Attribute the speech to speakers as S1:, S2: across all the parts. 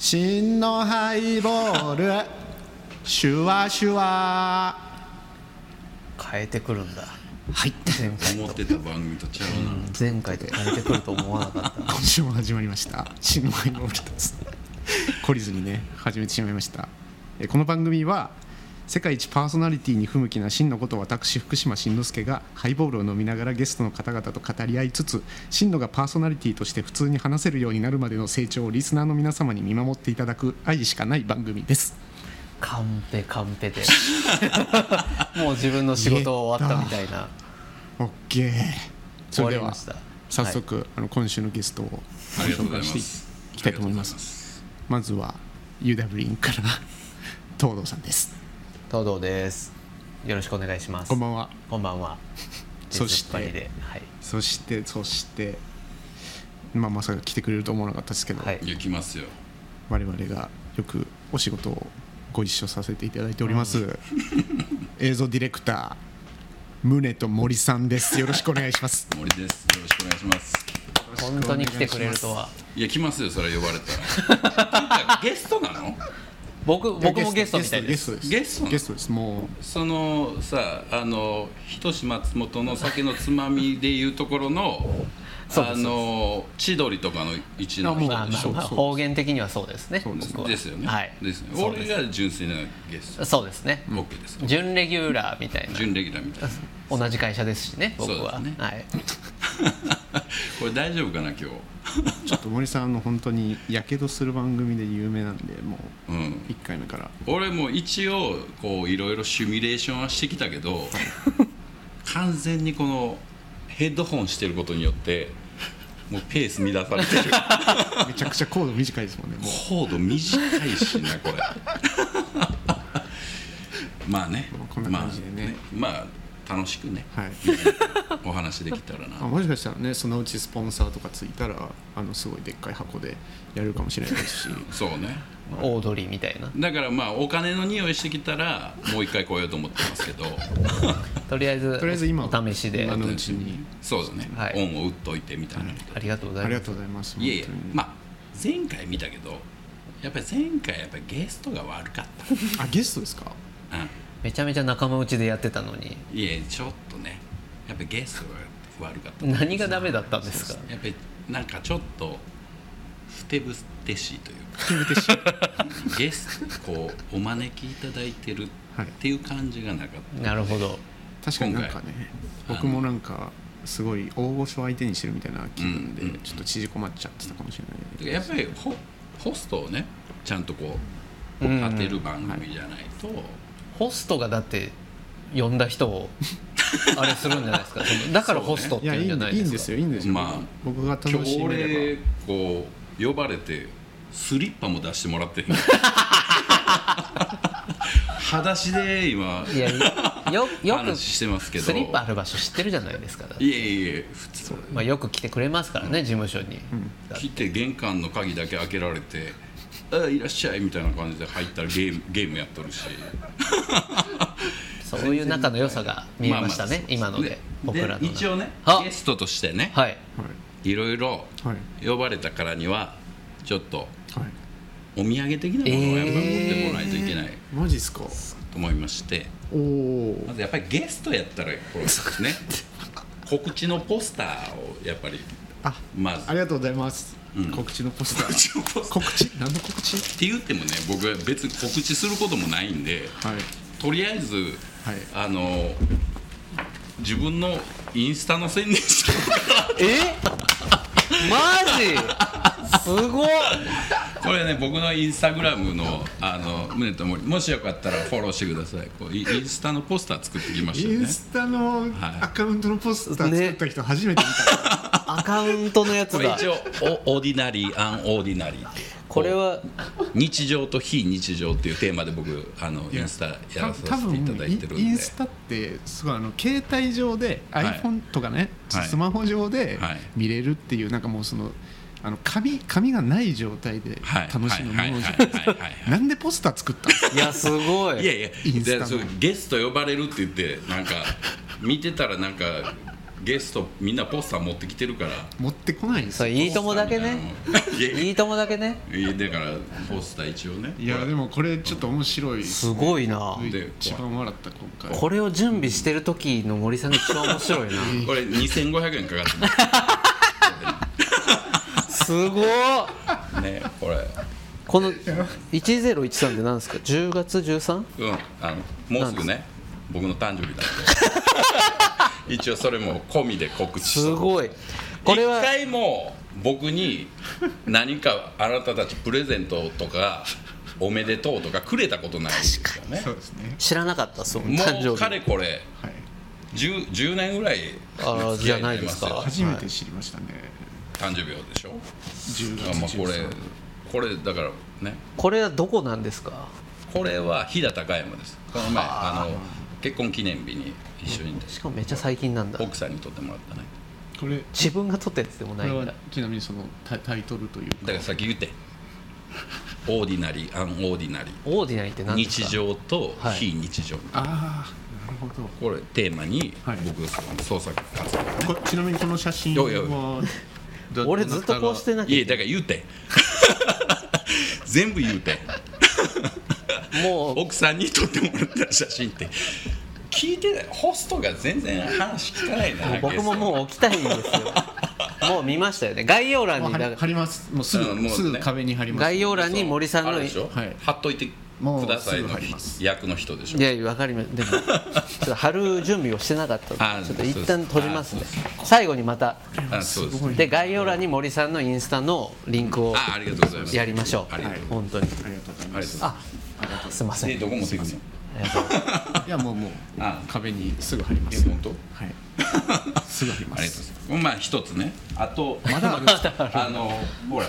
S1: 真のハイボールシュワシュワ
S2: 変えてくるんだ
S1: はい
S2: 前回
S3: 思っ
S2: と
S3: てた番組とちゃうな
S2: 前回と変えてくると思わな かった
S1: 今週も始まりました真のハイボールです懲りずにね始めてしまいましたえこの番組は世界一パーソナリティに不向きな真のことを私福島慎之介がハイボールを飲みながらゲストの方々と語り合いつつ真のがパーソナリティとして普通に話せるようになるまでの成長をリスナーの皆様に見守っていただく愛しかない番組です
S2: カンペカン ペでもう自分の仕事終わったみたいな
S1: OK
S2: 終わりました
S1: 早速、あの今週のゲストを
S3: ありがとうございます
S1: していきたいと思います
S3: ありがとうござい
S1: ま
S3: ます
S1: ずは UW インから 東堂さんです
S2: 東堂ですよろしくお願いします
S1: こんばんは
S2: こんばんは
S1: そして
S2: 出ずっぱりではい
S1: そしてそしてまあまさか来てくれると思わなかったですけど、
S2: はい
S3: いや来ますよ
S1: 我々がよくお仕事をご一緒させていただいております、 映像ディレクター宗と森さんですよろしくお願いします
S3: 森ですよろしくお願いします
S2: 本当に来てくれるとはい
S3: や来ますよそれ呼ばれたらゲストなの
S2: 僕 僕もゲストみたいで
S1: ゲ
S2: す
S1: ストです
S3: ゲストなの
S1: ゲストですも
S3: そのさあの人志松本の酒のつまみでいうところの
S2: そうです
S3: あの千鳥とかの位置の
S1: あ
S2: まあ
S1: も
S3: 人
S2: まあ
S1: そう
S2: まあ
S1: そう
S2: 方言的にはそうですね
S1: そうです
S2: 僕は
S3: ですよね、
S2: はい
S3: ですよね
S2: そうで
S3: 俺
S2: す
S3: が純粋なゲスト
S2: そうですね
S3: OK です
S2: 準レギュラーみたいな
S3: 準レギュラーみたいな
S2: 同じ会社ですしね僕は
S3: そうですね
S2: はい
S3: これ大丈夫かな今日
S1: うちょっと森さんあの本当にやけどする番組で有名なんでもう
S3: うん
S1: 1回目から
S3: 俺も一応こういろいろシミュレーションはしてきたけど完全にこのヘッドホンしてることによってもうペース乱され てる
S1: めちゃくちゃコード短いですもんねもう
S3: コード短いし なこれまあね
S1: こんな感じでね
S3: まあねまあ楽しくね
S1: はい
S3: お話できた ら
S1: あ
S3: な
S1: もしかしたらねそのうちスポンサーとかついたらあのすごいでっかい箱でやれるかもしれないですし
S3: そうね
S2: オードリーみたいな
S3: だからまあお金の匂いしてきたらもう一回来ようと思ってますけど
S2: とりあえず
S1: とりあえず今は
S2: お試しで
S1: 今 のうちに
S3: そうだね、
S2: はい
S3: オンを打っといてみたいな、
S2: ありがとうござ
S1: あ
S2: い
S1: り
S2: ま
S1: が
S2: す
S1: とうございます
S3: いやいや
S1: 本当に
S3: まあ前回見たけどやっぱり前回やっぱりゲストが悪かっ
S1: あゲストですか
S3: た、
S2: めちゃめちゃ仲間内でやってたのに
S3: うん、いやちょっとねやっぱりゲストが悪かったや
S2: 何がダメだったんですか
S3: っぱりなんかちょっとふてぶてしいというか
S1: 決めてし
S3: ゲストこうお招きいただいてるっていう感じがなかった、
S2: なるほど
S1: 確かになんかね
S3: 今回
S1: 僕もなんかすごい大御所相手にしてるみたいな気分
S3: うんうんう
S1: で
S3: ん
S1: ちょっと縮こまっちゃってたかもしれない
S3: だからやっぱりホホストをねちゃんとこう
S2: うん
S3: 当てる番組じゃないと、
S2: ホストがだって呼んだ人をあれするんじゃないですかそのだからホストっ
S1: い
S2: て
S1: や
S2: いうん
S1: いい
S2: じゃ
S1: ん
S2: な
S1: で
S2: い
S1: いい
S2: で
S1: ん
S2: すか
S1: ですよいいんですよ、
S3: まあ
S1: 僕が楽
S3: 今
S1: し
S3: 日
S1: めれ
S3: 俺
S1: ば
S3: こう呼ばれてスリッパも出してもらってんの裸足で今
S2: いやよよく
S3: 話してますけど
S2: スリッパある場所知ってるじゃないですかだって
S3: いえいえ普通
S2: まあ、よく来てくれますからね、事務所に、だ
S3: 来て玄関の鍵だけ開けられて「あいらっしゃい」みたいな感じで入ったらゲームゲームやっとるし
S2: そういう仲の良さが見えましたね、
S3: ああ
S2: 今ので僕らの
S3: 一応ね
S2: あ
S3: ゲストとしてね
S2: はい
S3: いろいろ
S1: はい
S3: 呼ばれたからにはちょっと
S1: はい、はい、
S3: お土産的なものをやっぱり持ってもらないといけない
S1: マジっすか
S3: と思いまして。
S1: おお
S3: まずやっぱりゲストやったらこれで すね告知のポスターをやっぱり
S1: あ
S3: まず
S1: ありがとうございます、告知のポスター
S3: っ
S1: 告知何の告知
S3: て言ってもね僕は別に告知することもないんで
S1: はい
S3: とりあえず、
S1: はい
S3: あの自分のインスタの宣伝しよう か
S2: えマジすごっ
S3: なこれね僕のインスタグラムの「あの宗と森」もしよかったらフォローしてくださいこうイインスタのポスター作ってきました
S1: イ
S3: よ
S1: ン
S3: ね
S1: スタの
S3: はい
S1: アカウントのポスター作った人初めて見た、
S2: アカウントのやつ
S3: これ
S2: だ
S3: 一応オオーディナリー・アン・オーディナリーっていう
S2: これは
S3: 日常と非日常っていうテーマで僕あのインスタやら
S1: た多
S3: させ
S1: 分
S3: ていただいてるんで
S1: インスタってすごいあの携帯上で
S3: はい
S1: iPhone とかね、
S3: はい
S1: スマホ上で
S3: はい
S1: 見れるっていう、なんかもうそのあの紙紙がない状態で
S3: はい
S1: 楽しむものじゃん
S3: はいはいはいはいは
S1: なんでポスター作ったんですか
S2: いやすごい
S3: いいやいや
S1: インスタの
S3: でそうゲスト呼ばれるって言ってなんか見てたらなんかゲストみんなポスター持ってきてるから
S1: 持ってこないんです
S2: そ
S1: よ
S2: れいいともだけね
S3: いや
S2: いいともだけね
S3: いやだからポスター一応ね
S1: いやでもこれちょっと面白いです
S2: すごいな
S3: で
S1: 一番笑った今回
S2: これを準備してる時の森さんが一番面白いな
S3: これ2500円かかって
S2: すごっ
S3: ますねこれ
S2: この1013って何ですか10月 13?
S3: うんあのもうすぐね僕の誕生日なんで一応それも込みで告知し
S2: す
S3: た
S2: ごいこれは
S3: 一回も僕に何かあなたたちプレゼントとかおめでとうとかくれたことないですよね
S1: そうですね
S2: 知らなかったそう誕
S3: も
S2: 生
S3: うかれ
S2: 日
S3: これ
S1: はい
S3: 10, 10年ぐらい
S2: あーじゃないですか
S1: 初めて知りましたね
S3: 誕生日をでしょ
S1: 10
S3: あまあ
S1: 月
S3: これ
S1: 13日
S3: これだからね
S2: これはどこなんですか
S3: これは飛騨高山ですこの前あの結婚記念日に一緒に
S2: しかもめっちゃ最近なんだ
S3: 奥さんに撮ってもらったね
S1: これ
S2: 自分が撮ったやつでも
S1: こ
S2: ない
S1: れ
S2: ん
S1: は
S2: だ
S1: ちなみにそのタタイトルという
S3: だ
S1: か
S3: からさっき 言ってオーディナリーアンオーディナリ
S2: オーディナリーって
S3: ー
S2: 何ですか
S3: 日常と
S2: はい
S3: 非日常、
S1: ああなるほど
S3: これテーマに
S1: はい
S3: 僕創作活動
S1: こちなみにこの写真
S3: いやいや
S1: はど
S2: 俺ずっとこうしてなきゃ
S3: いやだから言うて全部言うて
S2: もう
S3: 奥さんに撮ってもらった写真って聞いてないホストが全然話聞かないな
S2: 僕ももう置きたいんですよもう見ましたよね概要欄
S1: もう
S2: に
S1: 貼り
S2: だ
S1: 貼りますもうすぐ、
S3: うんもうね
S1: すぐ壁に貼ります
S2: 概要欄に森さん
S3: あ
S2: の
S3: れ
S2: い
S3: でしょ、
S1: はい
S3: 貼っといてください
S1: もうすぐ
S3: の
S1: 貼ります
S3: 役の人でしょ
S2: やいやわかりますで もちょっと貼る準備をしてなかったの
S3: あ
S2: でちょっと一
S3: そうで
S2: 旦
S3: す
S2: 閉じますね
S3: あそう
S2: 最後にまた
S3: あそうです
S1: ごい
S2: で概要欄に森さんのインスタのリンクを
S3: あありがとうございます
S2: やりましょ
S3: ありがとう
S2: う本当に
S1: ありがとうござい
S3: あ
S1: ま
S3: り
S1: す
S3: がとうございま
S2: あすいますせ
S3: で
S2: ん
S3: どこ持っていくの
S1: いやもうもう
S3: あ
S1: 壁にすぐ貼りま
S3: え
S1: す
S3: 本当
S1: はいすぐ貼りま
S3: ありがとう
S1: す
S3: ございますまあ一つねあと
S1: まだあるんですか
S3: あのほら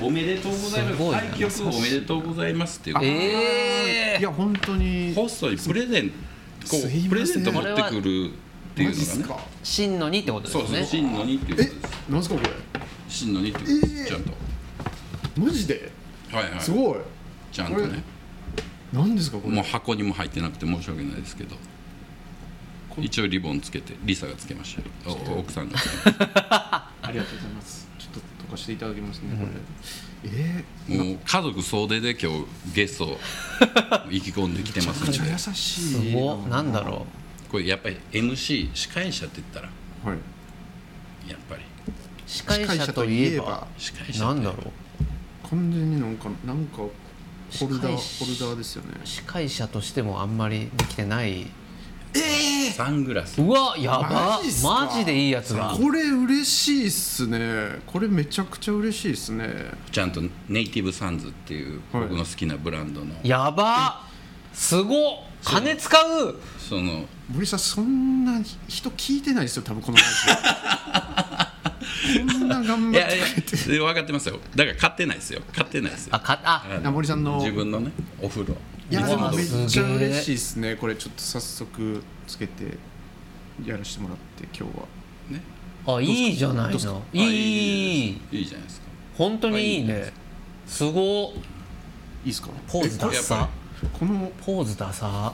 S3: おめでとうございます
S2: すごいな
S3: 開局おめでとうございますっていう
S2: え
S1: いや本当に
S3: ホストにプレゼンこ
S1: すいませ
S3: うんプレゼント持ってくるっていう
S1: マジっす
S3: のが
S1: か
S3: ね
S2: ー、真のにってことです
S3: そう
S2: よ
S3: そう
S2: ね
S3: 真のにっていうこと
S1: え
S3: です
S1: なんすかこれ
S3: 真のにってことですちゃんと
S1: マジで
S3: はいはい
S1: すごい
S3: ちゃんとね
S1: なんですかこれ
S3: もう箱にも入ってなくて申し訳ないですけど一応リボンつけてリサがつけましたよお奥さんがつけました
S1: ありがとうございますちょっと溶かしていただきますねこれえ
S3: もう家族総出で今日ゲスト意気込んできて
S1: ー
S3: ま
S1: めちゃ
S3: す
S1: くちゃ
S3: んで
S1: 優しい
S2: すごっなんだろ
S3: これやっぱり MC 司会者って言ったら
S1: うはい
S3: やっぱり
S2: う司
S1: 司
S2: 会
S1: 会
S2: 者
S1: 者
S2: と
S1: と
S2: い
S1: い
S2: え
S1: え
S2: ば
S1: ば
S3: 司会者って
S2: なんだろう
S1: 完全になんかなんかホルダーホ
S2: 司会者
S1: ルダーですよね
S2: 司会者としてもあんまりできてない
S3: サングラス
S2: うわや
S1: マ
S2: ば
S1: ジっすか
S2: マジでいいやつだ
S1: これ嬉しいっすねこれめちゃくちゃ嬉しいっすね
S3: ちゃんとネイティブサンズっていう
S1: はい
S3: 僕の好きなブランドの
S2: やばすごっ金使う
S3: その
S1: 森さんそんな人聞いてないですよ多分このラ ジオそんな頑張
S3: い
S1: っ
S3: やいや
S1: てくれて
S3: 分かってますよだから買ってないですよ買ってないですよ
S2: あかあ
S3: あの
S1: あ森さんの
S3: 自分のねお風呂
S1: いや
S2: い
S1: で
S2: つ
S1: も
S2: も
S1: め
S2: 通り
S1: っちゃ嬉しいですねこれちょっと早速つけてやらせてもらって今日は
S2: あ
S3: ね
S2: いいじゃないのいいいい
S3: いいじゃないですか
S2: 本当にいい
S3: あいい
S2: ねすごっ
S1: いいですか
S2: ポーズダ
S3: えこれやっ
S2: サ
S3: ぱ
S1: この
S2: ポーズダサ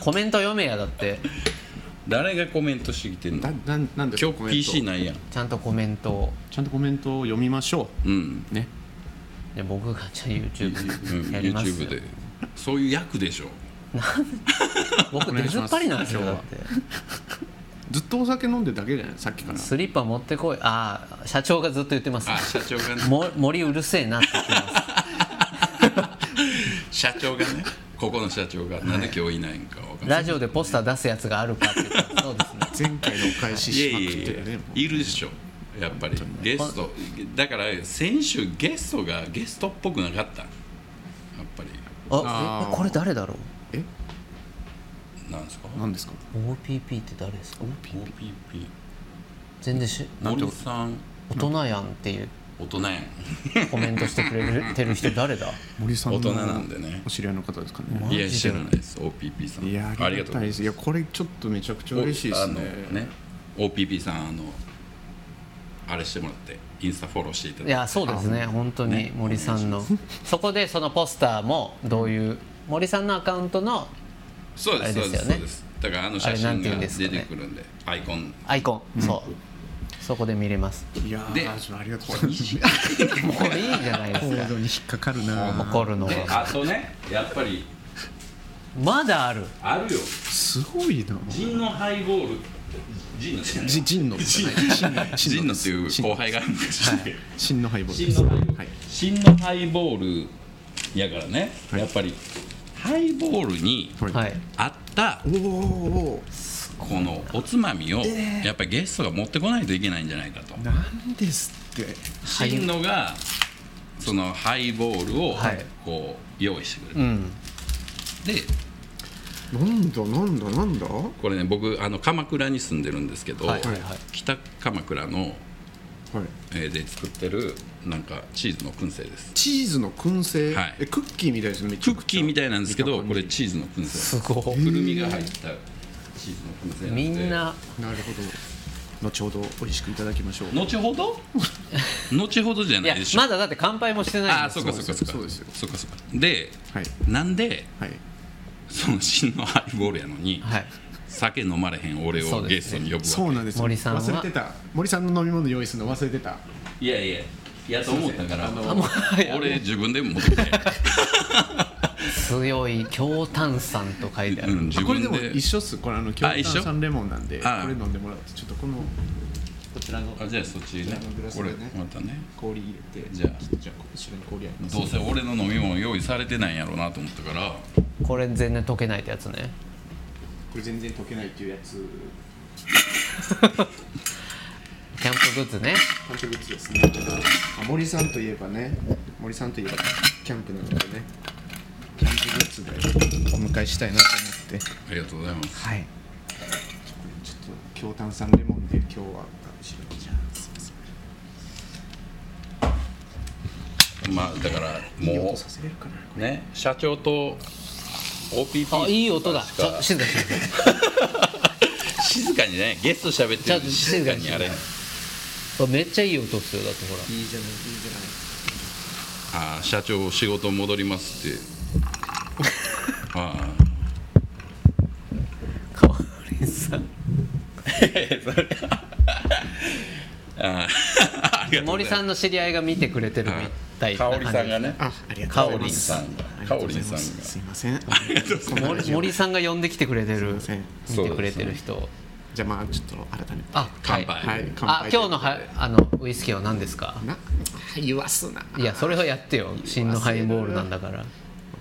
S2: コメント読めやだって
S3: 誰がコメントしてきてんの
S1: だなんなんですかコメン
S3: 今日
S1: ト
S3: PC ないやん
S2: ちゃんとコメントを
S1: ちゃんとコメントを読みましょ
S3: うん
S1: うね
S2: で僕がじゃあ YouTube やります
S3: YouTube でそういう役でしょ
S2: 僕
S1: お願
S2: 出
S1: いし
S2: ずっ
S1: ます
S2: ぱりなんですよ
S1: 今日
S2: だ
S1: は
S2: って
S1: ずっとお酒飲んでるだけじゃないさっきから
S2: スリッパ持ってこいああ社長がずっと言ってます
S3: あ社長がね
S2: も森うるせえなって言ってます
S3: 社長がねここの社長がなんで今日いないんかわかんない
S2: ラジオでポスター出すやつがあるかって言ったらそうですね
S1: 前回のお返し
S3: いや
S1: しま
S3: い
S1: くって
S3: や
S1: る
S3: いや
S1: ねもう
S3: いるでしょやっぱりゲストだから先週ゲストがゲストっぽくなかったやっぱり
S2: あ
S1: あー
S2: えこれ誰だろ
S1: え
S3: なんですか
S1: 何ですか
S2: う OPP って誰ですか
S3: OPP
S2: 全然し
S3: 森さん
S2: 大人やんっていう
S3: 大人やん
S2: コメントしてくれるてる人誰だ
S1: 森さん
S3: 大
S1: の
S3: 人なんでね
S1: お知り合いの方ですかね
S2: ジ
S3: い
S2: で
S3: や知らないです OPP さん
S1: いやありがたいですいやこれちょっとめちゃくちゃ嬉しいですね
S3: おあの OPP さんあのあれしてもらってインスタフォローしていた だ
S2: い
S3: いて
S2: やそうですね本当に森さんのそこでそのポスターもどういう森さんのアカウントの
S3: そうで
S2: あ
S3: す
S2: れ
S3: そう
S2: で
S3: ですす
S2: よね
S3: そうですだからあの
S2: あれ
S3: 写
S2: なん
S3: 真
S2: て言う
S3: が
S2: ん
S3: 出
S2: ですかね
S3: てくるんでアイコン
S2: アイコン、そうそこで見れます
S1: いやー
S3: で
S1: ありがとうございます
S2: もういいじゃないで
S1: コ
S2: す
S1: ー
S2: か
S1: ドに引っかかるなー
S2: 怒るの
S3: で
S2: は
S3: あとねやっぱり
S2: まだある
S3: あるよ
S1: すごいな
S3: ジンのハイボールジンの
S1: ジジンの
S3: ジンジンのっていう後輩が昔いて
S1: 真のハイボールです
S3: 真のハイボール
S1: はい
S3: 真のハイボールやからね、
S1: はい
S3: やっぱりハイボールに
S1: はい
S2: はい
S3: 合った
S1: おーおーお
S3: このおつまみをやっぱりゲストが持ってこないといけないんじゃないかと
S1: ーなんですって
S2: い
S3: 真のがそのハイボールを
S2: はい
S3: こう用意してくれる、
S2: うん
S3: で
S1: なんだなんだなんだ
S3: これね僕あの鎌倉に住んでるんですけど、
S2: はいはいはい
S3: 北鎌倉の、
S1: はい、
S3: えーで作ってるなんかチーズの燻製です
S1: チーズの燻製、
S3: はい
S1: えクッキーみたいですねめち
S3: ク
S1: ゃくち
S3: ッキ
S1: ゃ
S3: ーみたいなんですけ
S1: 見
S3: ど
S1: た感
S3: こ
S1: じ
S3: れチーズの燻製
S2: すご
S3: く
S2: い
S3: るみが入ったチーズの燻製なんで
S2: みんな
S1: なるほど後ほど美味しくいただきましょう
S3: 後 ほど後ほどじゃ
S2: い
S3: な
S2: や
S3: いでしょ
S2: まだだって乾杯もしてない
S3: あ
S2: ん
S3: あ
S2: です
S3: そうかそうかそうか
S1: そうですよ
S3: そうかそうかで
S1: はい
S3: なんで
S1: はい
S3: その真のハイボールやの に
S2: はい
S3: 酒飲まれへん俺
S2: そ
S3: を
S2: う
S3: ゲ
S2: です
S3: スト
S2: ね
S3: に呼ぶわけ
S1: そうなんですよ
S2: 森さんは
S1: 忘れてた森さんの飲み物用意するの忘れてた
S3: いやいやいやと思ったから
S2: あもういや
S3: 俺自分で持って、
S2: 強い強炭酸と書いてあ
S3: うん、
S2: る
S3: 自
S1: これで
S3: 分
S1: も一
S3: で
S1: 緒っすこれあの京
S3: あ一緒
S1: 丹さんレモンなんでこ
S3: ああ
S1: れ飲んでもらうとちょっとこのこちらの
S3: あじゃあそっちね
S1: あのグラス
S3: こ
S1: で
S3: れ
S1: ね
S3: またね
S1: 氷入れて
S3: じゃあ
S1: じゃあ後ろに氷あります
S3: どうせ俺の飲み物用意されてないんやろうなと思ったから
S2: これ全然溶けないってやつね
S1: これ全然溶けないっていうやつ
S2: キャンプグッズね
S1: キャンプグッズですねあ森さんといえばね森さんといえばキャンプなのでねキャンプグッズでお迎えしたいなと思って
S3: ありがとうございます
S2: はい
S1: ちょっと京丹さんレモンで今日は後ろにじゃあすいません
S3: まあだから
S1: いい
S3: も
S1: 音させれるかな
S3: うね社長と OPP
S2: あいい音だ
S3: し
S2: ち
S3: か
S2: ょ静かに静かに
S3: 静かにねゲスト喋って
S2: ちょっ
S3: るん
S2: と
S3: で
S2: 静
S3: 静
S2: か
S3: か
S2: に
S3: にやれ
S2: これめっちゃいい音っすよだってほら
S1: いいじゃないいいじゃない
S3: ああ社長仕事戻りますってあ
S2: かわりさん
S3: あああありがとうございます
S2: 森さんの知り合いが見てくれてるみたいな
S3: 香
S2: 感
S3: 織
S2: じ
S3: さんがね
S1: あありがとうございま
S3: 香織
S1: す
S3: さんが
S1: あり
S3: 香
S1: がとうござい
S3: 織さ
S1: ま
S3: ん
S1: す
S3: が
S1: すいません
S2: 森森さんが呼んできてくれてる
S1: すいま
S2: 見てくれてる人
S1: じゃあまあちょっと改めて
S2: あ
S3: 乾杯、
S1: はい乾
S2: あ
S1: 杯
S2: 今日のはあのウイスキーは何ですか
S1: な言わすない
S2: やそれはやってよ新のハイボールなんだから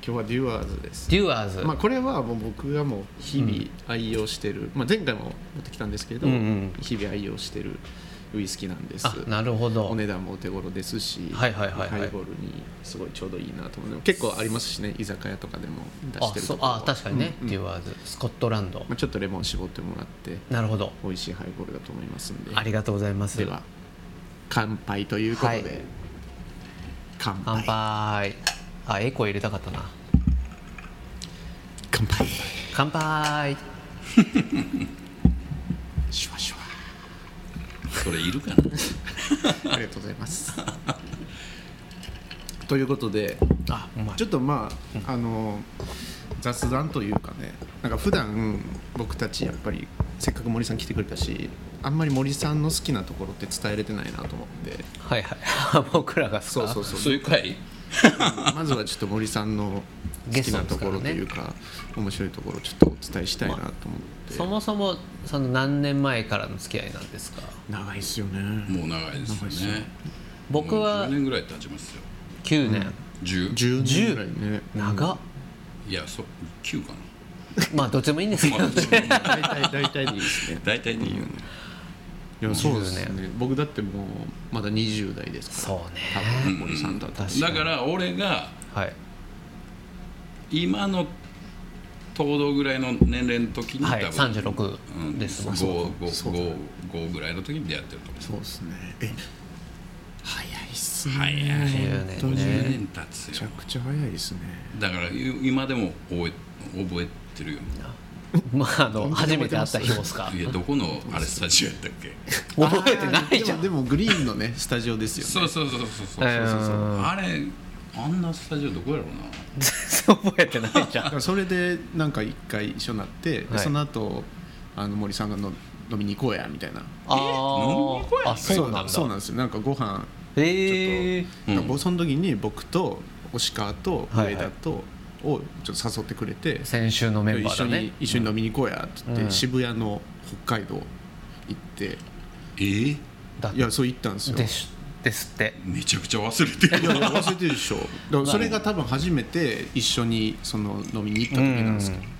S1: 今日はデュアーズです
S2: デュアーズ、
S1: まあ、これはもう僕がもう日々愛用してる、まあ、前回も持ってきたんですけど、
S2: うんうん
S1: 日々愛用してるウイスキーなんです
S2: あなるほど
S1: お値段もお手頃ですし、
S2: はいはいはいはい
S1: ハイボールにすごいちょうどいいなと思って結構ありますしね居酒屋とかでも出
S2: あ
S1: してると
S2: そう
S1: ころは
S2: あ確かにね、デュアーズスコットランド
S1: まあ、ちょっとレモン絞ってもらって
S2: なるほど
S1: 美味しいハイボールだと思いますんで
S2: ありがとうございます
S1: では乾杯ということで、
S2: はい
S1: 乾
S2: 乾
S1: 杯
S2: 杯あエコー入れたかったな
S1: 乾杯
S2: 乾杯
S1: シュワシュ
S3: それいるかな
S1: ワありがとうございます ということで
S2: あうまい
S1: ちょっとまあ、あの雑談というかねなんか普段僕たちやっぱりせっかく森さん来てくれたしあんまり森さんの好きなところって伝えれてないなと思って
S2: はいはい僕らがっす
S1: そ
S2: か
S1: うそうそ
S3: そう
S1: う
S3: いう回
S1: まずはちょっと森さんの好きなところというか面白いところをちょっとお伝えしたいなと思って、
S2: そもそもその何年前からの付き合いなんですか
S1: 長いっすよね
S3: もう長いです
S1: 長い
S3: よ
S1: ですよ
S3: ね
S2: 僕
S3: もう
S2: は
S3: 10年ぐらい経ちますよ
S2: 9年、
S3: 10
S1: 10年ぐらいね
S2: 長っ
S3: いやそう9かな
S2: まあどっちでもいいんで すけど、
S3: まあ
S2: ね、
S1: 大体大体でいいですね
S3: 大体でいいよね
S1: いやそうです
S2: 10
S1: ね僕だってもうまだ20代ですから
S2: そうね
S1: 多分森さんだった
S2: 確
S3: だから俺が
S2: はい
S3: 今の東堂ぐらいの年齢の時に多
S2: はい
S3: 分、
S2: 36ですもん、
S1: そうだ
S3: 5ぐらいの時に出会ってると思
S1: そうですねえ早いっすね
S3: う早い
S2: 10年
S1: 本当
S3: 10
S1: に
S2: ね
S3: 年経
S1: め
S3: つ
S1: ちゃ
S3: よ
S1: くちゃ早いですね
S3: だから今でも覚え覚えてるよ
S2: まああの
S1: 本当に
S2: 初めて会った日もっすか
S3: いやどこのあれスタジオやったっけ
S2: 覚えてないじゃん
S1: でもでもグリーンのねスタジオですよ
S3: そう
S1: ね
S3: そうそうそうそうそう
S2: えー
S3: あれあんなスタジオどこやろうな
S2: 全然覚えて ないじゃ
S1: だか
S2: ん
S1: らそれでなんか一回一緒になって、で
S2: はい
S1: その後あの森さんがの飲みに行こうやみたいな
S2: あ
S3: 飲み声
S2: ーあそうなんだ
S1: そうなんですよなんかご飯
S2: へえ
S3: うん
S1: なんかその時に僕と押川と上田とをちょっと誘ってくれて、
S2: 先週のメンバ
S1: 一
S2: ー
S1: 緒
S2: だ
S1: に、
S2: ね
S1: 一緒に飲みに行こうやって言って、
S2: うん
S1: 渋谷の北海道行って
S3: えー、
S2: だ
S1: いやそう行ったんですよ
S2: でしですって
S3: めちゃくちゃ忘れて
S1: い
S3: る
S1: や忘れてるで しょだからそれが多分初めて一緒にその飲みに行った時なんですけど、だか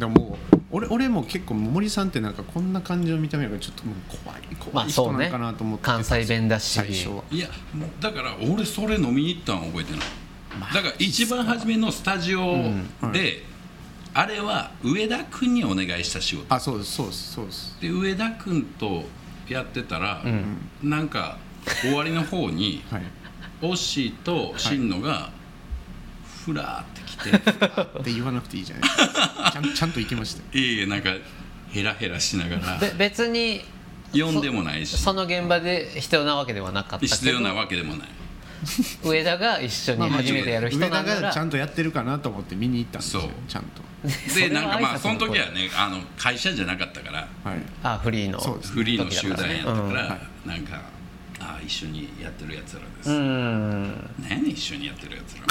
S1: らもう俺俺も結構森さんってなんかこんな感じの見た目がちょっともう怖い
S2: ま
S1: 怖
S2: あ
S1: い
S2: そ
S1: 人
S2: う
S1: な
S2: ね
S1: のかなと思ってたん
S2: 関
S1: ですよ、
S2: 西弁だし
S1: 最初 はい
S3: やもうだから俺それ飲みに行ったん覚えてないだから一番初めのスタジオで、
S1: うんはい
S3: あれは上田君にお願いした仕事
S1: あそうですそうですそうです
S3: で上田君とやってたら、
S2: ん
S3: なんか終わりの方に
S1: はい
S3: オッシーとしんのがふらーってきて、
S1: って言わなくていいじゃないですかちゃんちゃんと行きましたよ
S3: い、えいえなんかヘラヘラしながら
S2: べ別に
S3: 呼んでもないし
S2: その現場で必要なわけではなかったけど
S3: 必要なわけでもない
S2: 上田が一緒に初めてやる人な
S1: 上
S2: んな
S1: 田がちゃ
S2: ら
S1: んとやってるかなと思って見に行ったんですよ
S3: そう
S1: ちゃんと
S3: で
S2: それは
S3: なんかまあ
S2: 挨拶
S3: そ
S2: の
S3: の
S2: 声
S3: 時はねあの会社じゃなかったから
S1: はい
S2: あフリーの
S1: そうです
S3: フリーの集団やったから、
S2: うん
S1: は
S3: なんかああ一緒にやってるやつらです、
S2: うーん
S3: 何一緒にやってるやつ ら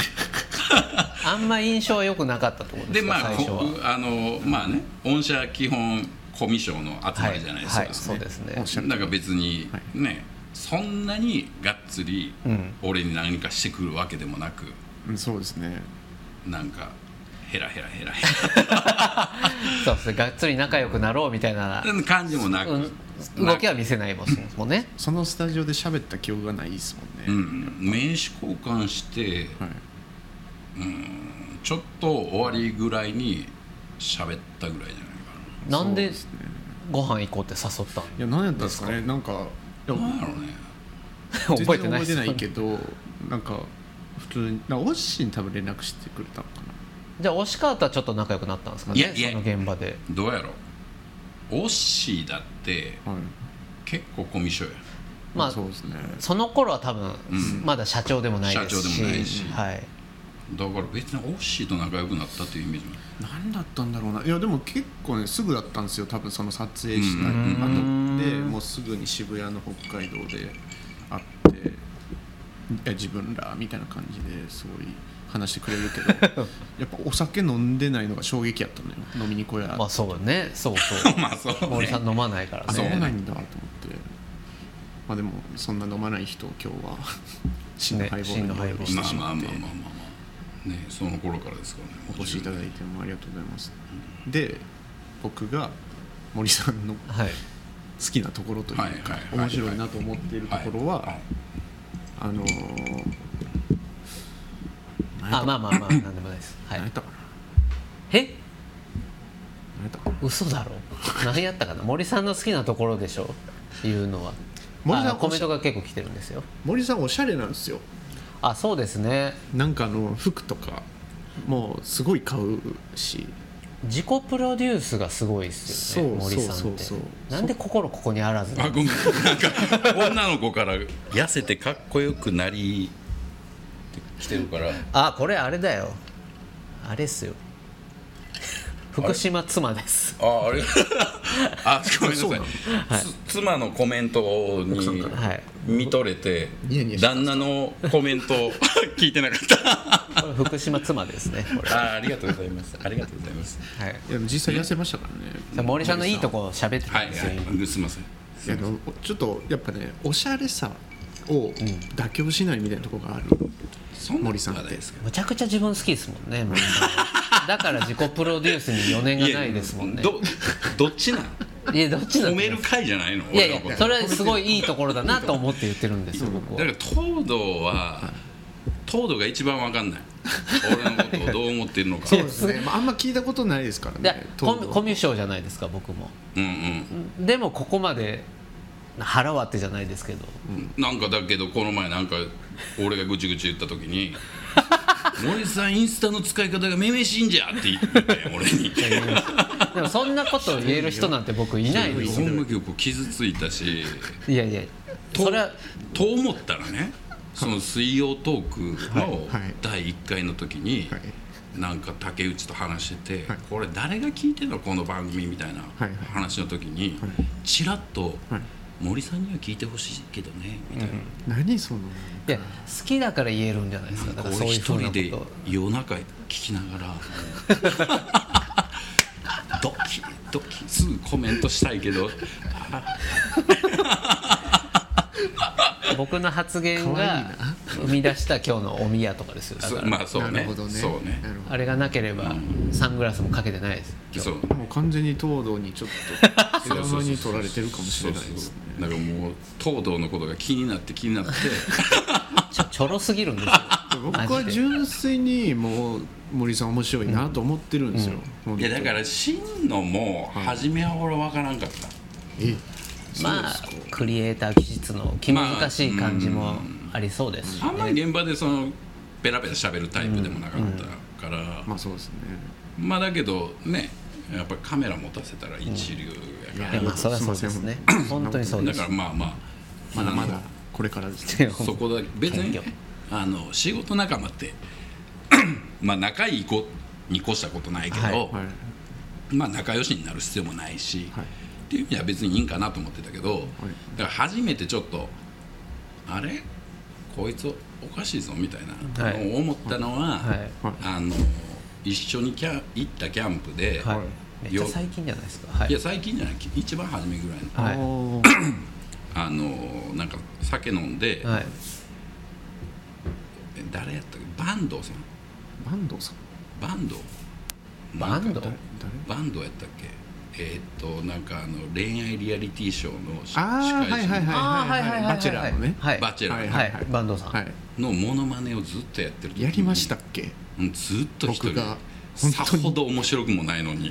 S2: あんま印象は良くなかったと思うんで
S3: です
S2: か
S3: まあ
S2: 最初は
S3: こあのまあね御社基本コミショの集まりじゃないですか、
S2: はい、そうですね
S1: おっしゃる
S3: なんか別に
S1: は
S3: ね、そんなにがっつり
S2: うん
S3: 俺に何かしてくるわけでもなく
S1: うんそうですね
S3: なんかヘラヘラヘラヘ
S2: そうですねがっつり仲良くなろうみたいな、
S3: ラ感じもなく、
S2: うん、動きは見せないもんもんね
S1: そのスタジオで喋った記憶がないですもんね、
S3: うん、名刺交換して
S1: はい、
S3: ちょっと終わりぐらいに喋ったぐらいじゃないかな
S2: なんで
S1: そうすね
S2: ご飯行こうって誘った
S1: いや何やったんですかねなんかいや
S3: なんやろうね
S2: の
S1: 全然
S2: 覚えてない
S1: 覚えてないけ
S2: ど
S1: どなんか普通になんかオッシーに多分連絡してくれたのかな
S2: じゃあ押川とはちょっと仲良くなったんですかね
S3: いやいや
S2: その現場で
S3: どうやろうオッシーだって
S1: はい
S3: 結構コミショや
S2: まあ
S1: そうですね
S2: その頃は多分、
S3: ん
S2: まだ社長でもないですし
S3: 社長でもないし
S2: はい、
S3: だから別にオッシーと仲良くなったっていうイメージも
S1: 何だったんだろうないやでも結構ねすぐだったんですよ多分その撮影した後
S2: うん
S1: でもうすぐに渋谷の北海道で会っていや自分らみたいな感じですごい話してくれるけど やっぱお酒飲んでないのが衝撃やったのよ飲みに来や、
S2: まあそうねそうそう
S3: まあそうね
S2: 森さん飲まないからね
S1: あ飲まないんだと思ってまあでもそんな飲まない人を今日は真のハイボールに
S2: ね真のハイボール
S1: し
S3: ま
S1: て
S3: あ
S1: し
S3: ま
S1: ま
S3: あまあ
S1: っ
S3: ま
S1: て
S3: あまあまあねその頃からですからね
S1: お越しいただいてもありがとうございますで僕が森さんの好
S2: はい、
S1: きなところという
S3: はいはい
S1: か
S3: はい
S1: 面白いなと思っているところは、
S3: いい
S1: あのー、
S2: あまあまあまあなんでもないです、はい
S1: 何やっ、たかな
S2: え
S1: 何やったかな
S2: 嘘だろ何やったかな森さんの好きなところでしょ言うのは
S1: 森さん
S2: あコメントが結構来てるんですよ
S1: 森さんおしゃれなんですよ
S2: あそうですね
S1: なんかあの服とかもうすごい買うし
S2: 自己プロデュースがすごいですよね
S1: そう
S2: 森さんって
S1: そうそうそう
S2: なんで心ここにあらず
S3: あごめんなんか女の子から痩せてかっこよくなりって来てるから
S2: あこれあれだよあれっ すよ福島妻です
S3: ああれあごめんな
S1: そう
S3: さ
S1: ないの
S3: つ妻のコメント
S1: 奥さん
S3: に
S1: から
S2: はい
S3: 見とれて
S1: ニヤニヤしてた
S3: 旦那のコメント 聞いてなかっ
S2: これ福島妻ですねこれ
S3: たあありがとうございますありがとうございます
S2: はい
S1: いや実際痩せましたからね
S2: さあ森さんのいいとこを喋ってた
S3: は
S2: ん
S3: い
S2: ですよ、今
S3: はいすいません
S1: いやでもちょっとやっぱねおしゃれさを妥協しないみたいなところがある、
S3: そんな
S1: 森さん
S3: こと
S1: っ
S3: はない
S1: て
S3: です
S2: むちゃくちゃ自分好きですもんね森さんだから自己プロデュースに余念がないですもんね
S3: どどっちなん
S2: いやどっちなん
S3: 褒
S2: だ
S3: め
S2: よ
S3: る会じゃないの
S2: いや
S3: 俺の
S2: い
S3: こ
S2: や
S3: と
S2: それはすごいいいところだなと思って言ってるんですよ僕
S3: だ
S2: は
S3: から東堂は東堂が一番わかんない俺のことをどう思ってるのか
S1: そうですね、まあ、あんま聞いたことないですからね
S2: でコ
S1: 東
S2: ミ
S1: 堂
S2: コミュ障じゃないですか僕も
S3: うんうん
S2: でもここまで腹割ってじゃないですけど
S3: なんかだけどこの前なんか俺がぐちぐち言った時 に「森さんインスタの使い方がめめしいんじゃ」って言って俺に
S2: でもそんなことを言える人なんて僕いないです
S3: ほ
S2: よ
S3: んま結構傷ついたし
S2: いやいやそれは
S3: と思ったらねその水曜トークの
S1: はいはい
S3: 第1回の時に
S1: はい
S3: なんか竹内と話してて
S1: はい
S3: これ誰が聞いてんのこの番組みたいな
S1: はいはい
S3: 話の時に
S1: はい
S3: ちらっと
S1: はい
S3: 「森さんには聞いてほしいけどね」みたいな。
S1: 何その
S2: いや好きだから言えるんじゃないですかだ
S3: こ
S2: か
S3: う
S2: らそういう
S3: 一
S2: ふうな
S3: 人
S2: こ
S3: で
S2: と
S3: 夜中聞きながら ドキドキすぐコメントしたいけど
S2: 僕の発言
S1: 可愛いな
S2: が生み出した今日のおみやとかですよだ
S3: そ
S2: か
S3: う
S2: ら
S3: まあそうね
S1: なるほどね
S3: そうね
S1: なるほ
S2: あれがなければサングラスもかけてないです今日
S3: そう
S1: どもう完全に東堂にちょっ と枝間に取られてるかもしれないですね
S3: そうそうだからもう東堂のことが気になって気にな って
S2: ちょちょろすぎるんですよ
S1: 僕
S2: マ
S1: は
S2: ジで
S1: 純粋にもう森さん面白いなと思ってるんですよ、本
S3: い
S1: 当に
S3: やだから真のも初めは俺分からんかった、
S1: え
S2: まあクリエイター技術の気難しい感じもありそうですし
S3: あんまり現場でそのペラペラ喋るタイプでもなかったから、
S1: まあそうですね
S3: まあだけどねやっぱりカメラ持たせたら一流や
S1: い
S3: か
S2: いやまあそりゃそうですね本当にそ
S3: ら、
S2: うで
S3: だ
S2: す
S3: からまあまあ
S1: まだまだこれから ですね
S3: そこだ別に
S2: 謙
S3: あの仕事仲間ってまあ仲いい子に越したことないけど、
S2: はい
S1: はい
S3: まあ仲良しになる必要もないし、
S1: はい
S3: っていう意味では別にいいんかなと思ってたけど、だから初めてちょっとあれこいつおかしいぞみたいな、
S2: はい
S3: のを思ったのは、
S2: はい
S1: はい
S3: あの一緒にキャン行ったキャンプで、、
S2: はい
S1: はい
S2: めっちゃ最近じゃないですかはい
S3: や
S2: い
S3: 最近じゃない一番初めぐらいの
S2: はい
S1: おー
S3: あのなんか酒飲んで、
S2: はい
S3: 誰やったっけ坂東さん
S1: 坂東さん
S3: 坂東
S2: バンド
S1: 誰
S3: バンドやったっけえーっとなんかあの恋愛リアリティショーのし司
S1: ああは
S3: 会
S1: いはい
S3: 者
S2: あ
S1: はいはいバチェラーのね
S2: はい
S3: バチェラー
S1: はい
S2: はいバンドさん
S1: はい
S3: のモノマネをずっとやってる時に
S1: やりましたっけ
S3: うんずっと一人
S1: 僕が本当
S3: さ
S1: に
S3: ほど面白くもない のに
S2: い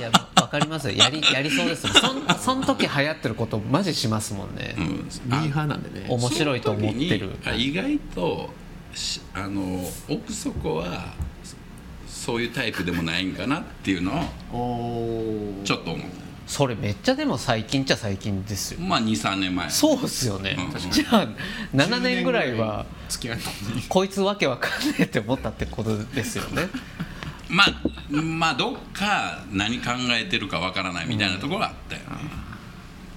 S2: やわかりますよやりやりそうですそんその時流行ってることマジしますもんね
S3: うん
S1: ミーハーなんでね
S2: 面白いと思って
S3: その
S2: る
S3: 時にあ意外としあの奥底はそそういうタイプでもないんかなっていうのを
S1: お
S3: ちょ
S1: と
S3: っと思っ
S2: それめっちゃでも最近っちゃ最近です
S3: た
S2: よ
S3: まあ23年前
S2: そうっすよね
S3: うん
S2: じゃあ7年ぐらいは
S1: 付き合った
S2: こいつわけわかんねえって思ったってことですよね
S3: まあまあどっか何考えてるかわからないみたいなところはあったよね、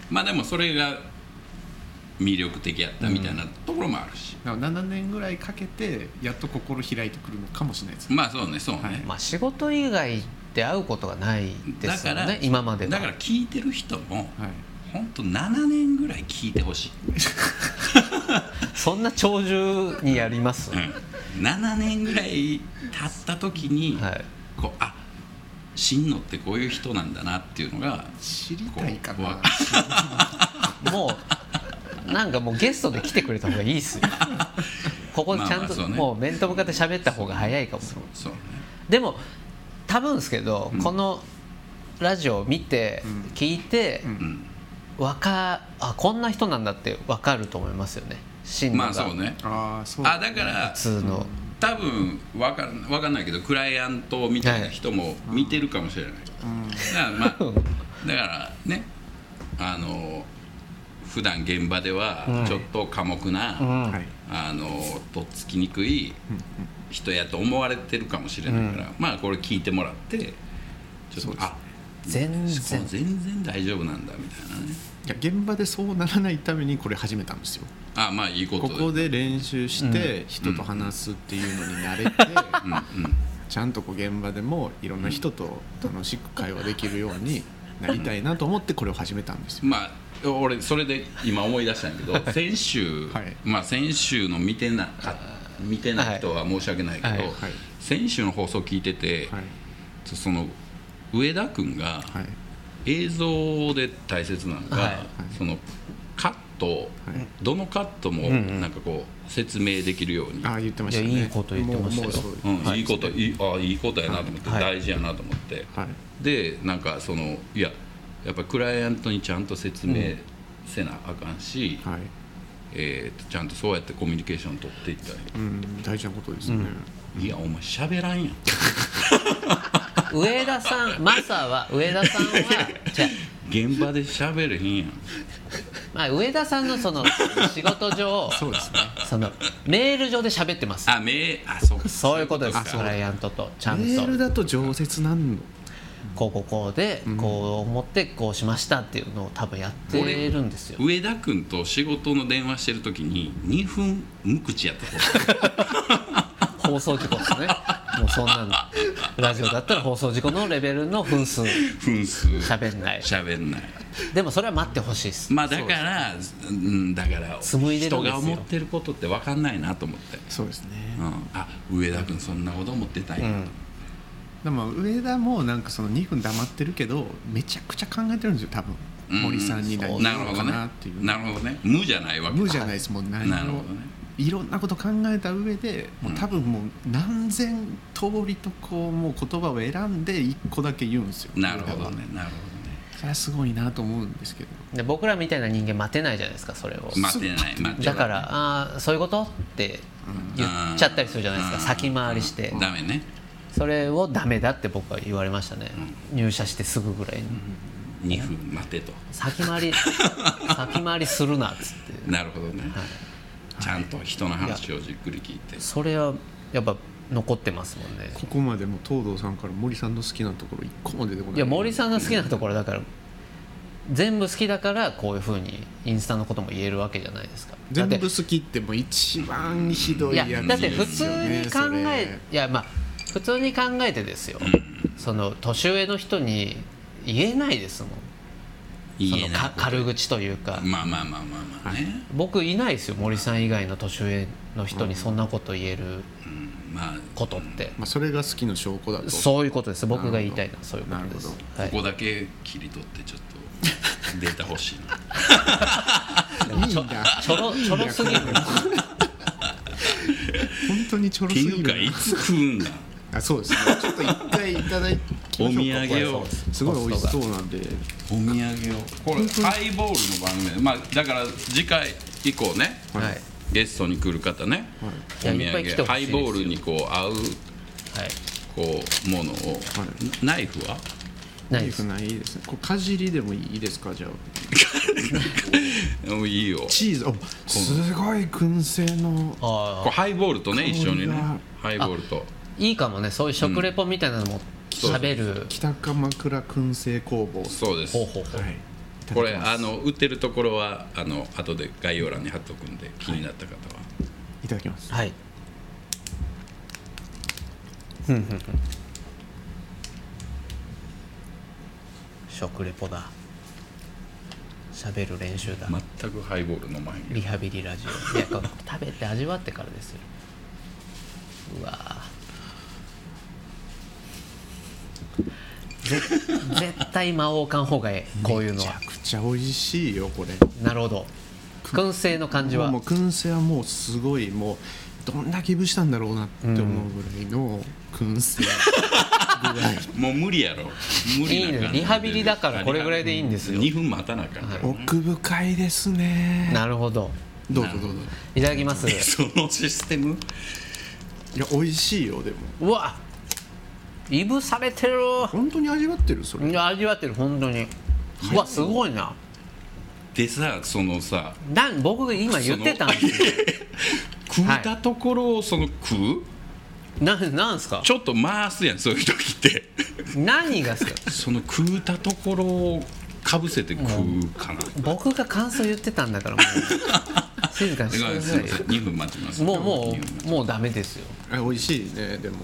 S3: まあでもそれが魅力的やったみたいなところもあるし、
S1: 7年ぐらいかけてやっと心開いてくるのかもしれないです
S3: まあそうねそうね、
S1: はい
S2: まあ仕事以外で会うことがないで
S3: だ
S2: す
S3: か
S2: よ
S3: ら、
S2: ね今までは
S3: だから聞いてる人も
S1: はい
S3: 本当7年ぐらい聞いてほしい、
S2: そんな長寿にやります、
S3: うん、7年ぐらい経った時に、
S2: はい
S3: こうあ真のってこういう人なんだなっていうのが
S1: 知りたいか
S3: こう
S1: な
S3: わ
S2: もうなんかもうゲストで来てくれた方がいいっ すよここちゃ
S3: まあ
S2: ん
S3: まあ
S2: と
S3: そうね
S2: もう面と向かって喋った方が早いかも
S3: そうね
S2: でも多分ですけど、このラジオを見て、
S1: うん
S2: 聞いて、
S1: う
S3: うん
S2: わかあこんな人なんだって分かると思いますよね真のが
S3: まあそうね
S1: ああそう
S3: あだから
S2: 普通の、
S3: 多分わかんわかんないけどクライアントみたいな人も見てるかもしれない、
S1: うん
S3: だからまあだからねあの普段現場ではちょっと寡黙な、
S2: うん
S1: はい
S3: あのとっつきにくい人やと思われてるかもしれないから、まあこれ聞いてもらってちょっと、
S1: そうですね
S3: あ
S2: 全
S3: そう
S2: 然
S3: 全然大丈夫なんだみたいなね
S1: いや現場でそうならないためにこれ始めたんですよ
S3: あまあいいこと
S1: こ
S3: で
S1: こで練習して人と話すっていうのに慣れて、
S3: うんうん
S1: ちゃんとこう現場でもいろんな人と楽しく会話できるようになりたいなと思ってこれを始めたんですよ。
S3: まあ俺それで今思い出したんやけど先週、
S1: はい
S3: まあ先週の見てなか見てない人は申し訳ないけど、
S2: はいはい
S1: はい
S3: 先週の放送聞いてて、
S1: はい
S3: その上田君が
S1: はい
S3: 映像で大切なのが、
S2: はい
S3: そのカット、
S1: はい
S3: どのカットもなんかこう説明できるように、
S1: ああ言ってましたね。
S2: いやいいこと言ってましたよ
S1: もうもう
S3: う
S1: そうん
S3: いいこといいあいいことやなと思って、
S2: はい
S3: 大事やなと思って、
S1: はい
S3: でなんかそのいややっぱクライアントにちゃんと説明せなあかんし、
S1: はい。
S3: えーとちゃんとそうやってコミュニケーション取っていったらい
S1: うん大事なことですね。
S3: いいやお前喋らんやん
S2: 上田 さんマサは上田さんはじゃあ
S3: 現場で喋れへんやん
S2: まあ、上田さんのその仕事上
S1: そうですね
S2: そのメール上で喋ってます
S3: あめあそうか
S2: そういうことです
S1: あそう
S2: クライアントとちゃんと
S1: メールだと常設なんの
S2: こうこうこうでこう思ってこうしましたっていうのを多分やってるんですよ
S3: 上田君と仕事の電話してる時に2分無口やった こと
S2: 放送事故です ねもうそんなのラジオだったら放送事故のレベルの分数
S3: 分数
S2: 喋ん ない
S3: 喋んない
S2: でもそれは待ってほしいです
S3: まあだからうんだから
S2: 紡いでる
S3: 人
S2: んです
S3: が
S2: よ
S3: 思ってることって分かんないなと思って、
S1: そうですね
S3: うん、あ上田君そんなこと思ってたんや、
S2: うん
S1: でも上田もなんかその2分黙ってるけどめちゃくちゃ考えてるんですよ多分
S3: うん
S1: 森さんに何
S3: なる
S1: 言うの
S3: ほど
S1: か
S3: ね
S1: なっていう
S3: なるほどね無じゃないわけ
S1: 無じゃないですもん何
S3: なるほ
S1: も
S3: どね
S1: いろんなこと考えた上でもう多分もう何千通りとこうもう言葉を選んで一個だけ言うんですよ
S3: なるほ
S1: 上田
S3: ど
S1: は
S3: ねなるほ
S1: それはすごいなと思うんですけど
S2: で僕らみたいな人間待てないじゃないですかそれを
S3: どね待ってない待ってない
S2: だから「ああそういうこと?」って言っちゃったりするじゃないですか
S3: うん
S2: 先回りして
S3: ダメね
S2: それをダメだって僕は言われましたね入社してすぐぐらいに
S3: 2分待てと
S2: 先回り先回りするなっつって
S3: なるほどね、
S2: はい
S3: ちゃんと人の話をじっくり聞いて
S2: それはやっぱ残ってますもんね
S1: ここまでもう東堂さんから森さんの好きなところ一個も出てこない
S2: いや森さんが好きなところだから全部好きだからこういうふうにインスタのことも言えるわけじゃないですか
S1: 全
S2: だ
S1: 部
S2: って
S1: 好きってもう一番ひど
S2: い
S1: い
S2: や
S1: やつですよね
S2: だって普通に考
S1: それ
S2: えいやまあ普通に考えてですよその年上の人に言えないですもん
S3: 言え
S2: その
S3: ない
S2: か軽口というか
S3: まあまあまあまあまあね、
S2: 僕いないですよ森さん以外の年上の人にそんなこと言える
S3: うんまあ
S2: ことって
S1: まあ、それが好きの証拠だと
S2: そういうことです僕が言いたいのはそういうことです
S1: なる
S2: は
S3: こ
S2: い
S3: こだけ切り取ってちょっ とデータ欲しいな
S1: いいんだ
S2: ちょろちょろすぎる
S1: 本当にちょろ
S3: っ
S1: すぎ
S3: てい
S1: る
S3: うかいつ食うん だ
S1: あそうですねちょっと一回いただきましょうか
S3: お土産を
S1: これすごい美味しそうなんで
S3: お土産をこれハイボールの番組でまあだから次回以降ね
S1: はい
S2: はい
S3: ゲストに来る方ね、
S1: はい
S2: いや
S3: お
S2: いっぱい来て
S3: 土
S2: ほしいですよ
S3: 産ハイボールにこう合う
S2: はい
S3: こうものを、ナイフは
S2: ない
S1: い
S2: で
S1: い
S2: す
S1: ないですねこれかじりでもいいですかじゃあ
S3: うんいいよこ
S1: チーズおすごい燻製の
S2: あ
S3: うハイボールとね一緒に
S1: 香り
S3: ね
S1: が
S3: ハイボールと
S2: ーいいかもねそういう食レポみたいなのも喋る
S1: 北鎌倉燻製工房
S3: そうです
S2: 方法法
S1: はい
S3: これあの売ってるところはあの後で概要欄に貼っとくんで気になった方は、
S1: いただきます
S2: はいふんふんふん食レポだ喋る練習だ
S3: 全くハイボール飲まへんけど
S2: リハビリラジオいやこう食べて味わってからですようわーぜ絶対魔王かん方がええこういうの
S1: めち
S2: は
S1: ゃくちゃ美味しいよこれ
S2: なるほど燻製の感じは
S1: もう燻製はもうすごいもうどんだけいぶしたんだろうなって思うぐらいの燻 製ぐらい
S3: もう無理やろ無理
S2: いいね
S3: な感じで
S2: リハビリだからこれぐらいでいいんですよ
S3: 2分待たなあかんから、ね
S1: 奥深いですね
S2: なるほど
S1: どうぞどうぞ
S2: いただきます
S3: そのシステム
S1: いや美味しいよでも
S2: うわいぶされてる
S1: 本当に味わってるそれ
S2: いや味わってる本当にうわすごいな
S3: でさそのさ
S2: なん僕が今言ってたんですよ
S3: 食ったところをその食う、
S2: なんなんすか
S3: ちょっと回すやんそういう時って
S2: 何がっすか
S3: その食うたところをかぶせて食うかな、
S2: 僕が感想言ってたんだからもう静かにしてくださいよ
S3: 2分待ちます
S2: もうも
S3: 二分待ち
S2: うもうダメですよ
S1: あ美味しいねでも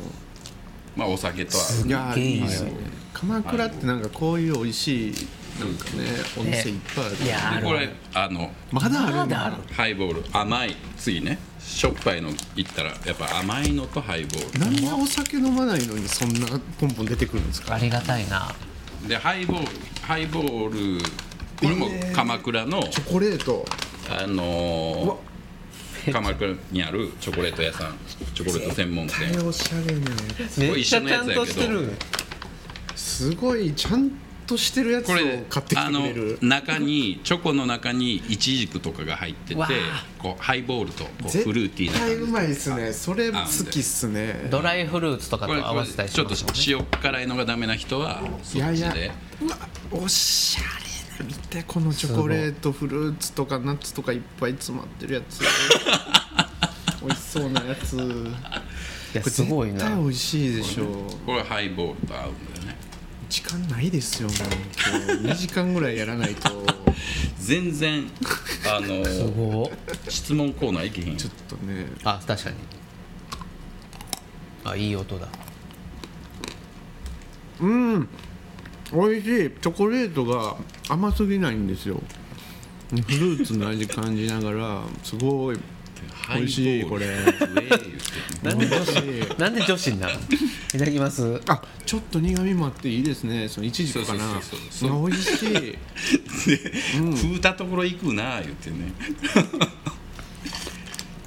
S3: まあお酒とは
S1: いうや
S2: ん
S1: いいですね
S2: はい
S1: 鎌倉ってなんかこういう美味しいなんかねお店いっぱいある
S2: いやーあ
S3: で
S2: る
S3: これあの
S1: まだある
S2: ま
S1: ん
S2: だある
S1: だ
S3: ハイボール甘い次ねしょっぱいのいったらやっぱ甘いのとハイボー
S1: なんでお酒飲まないのにそんなポンポン出てくるんですか
S2: ありがたいな
S3: ルでハイボールハイボールこれも鎌倉の、
S1: チョコレート
S3: あのー鎌倉にあるチョコレート屋さんチョコレート専門
S1: 大
S3: 店
S1: おしゃれなや
S2: め
S3: ご
S2: っ
S3: い一
S2: ち
S3: 緒
S2: ゃ
S3: の
S2: ち
S3: や
S2: ゃ
S3: つ
S2: んと
S3: やけど
S2: してる
S1: つすごいちゃんとしてるやつを
S3: これね
S1: 買ってき
S3: あ
S1: て
S3: の
S1: くれる
S3: 中にチョコの中にイチジクとかが入ってて
S2: わあ
S3: こうハイボールとこう
S1: 絶
S3: フルーティーな
S1: 対う
S3: 感じ
S1: まいですねそれ好きっすね
S2: ドライフルーツとかと
S3: これ
S2: 合
S3: こ
S2: わせた
S3: れ
S2: り
S3: ち
S2: し
S3: ょっ
S2: ま
S3: と
S2: すもんね
S3: 塩辛いのがダメな人はそっちで
S1: うわおしゃれ見てこのチョコレートフルーツとかナッツとかいっぱい詰まってるや つ美味しそうなやつ
S2: いやすごい
S1: これ絶
S2: な
S1: 対美味しいでしょう
S3: これはハイボールと合うんだよね
S1: 時間ないですよもう今日2時間ぐらいやらないと
S3: 全然あ の
S2: すごい
S3: 質問コーナー行けへん
S1: ちょっとね
S2: あ確かにあいい音だ
S1: うん美味しいチョコレートが甘すぎないんですよフルーツの味感じながらすごい
S3: ハイボール
S1: 美味しいこ れ
S3: ウェー言ってね
S2: なん
S1: 美
S2: で
S1: 味しい
S2: なんで女子になるのいただきます
S1: あちょっと苦味もあっていいですねそのイチジクかな
S3: そうそうそうそう
S1: あ美味しい
S3: で食うたところ行くな言ってね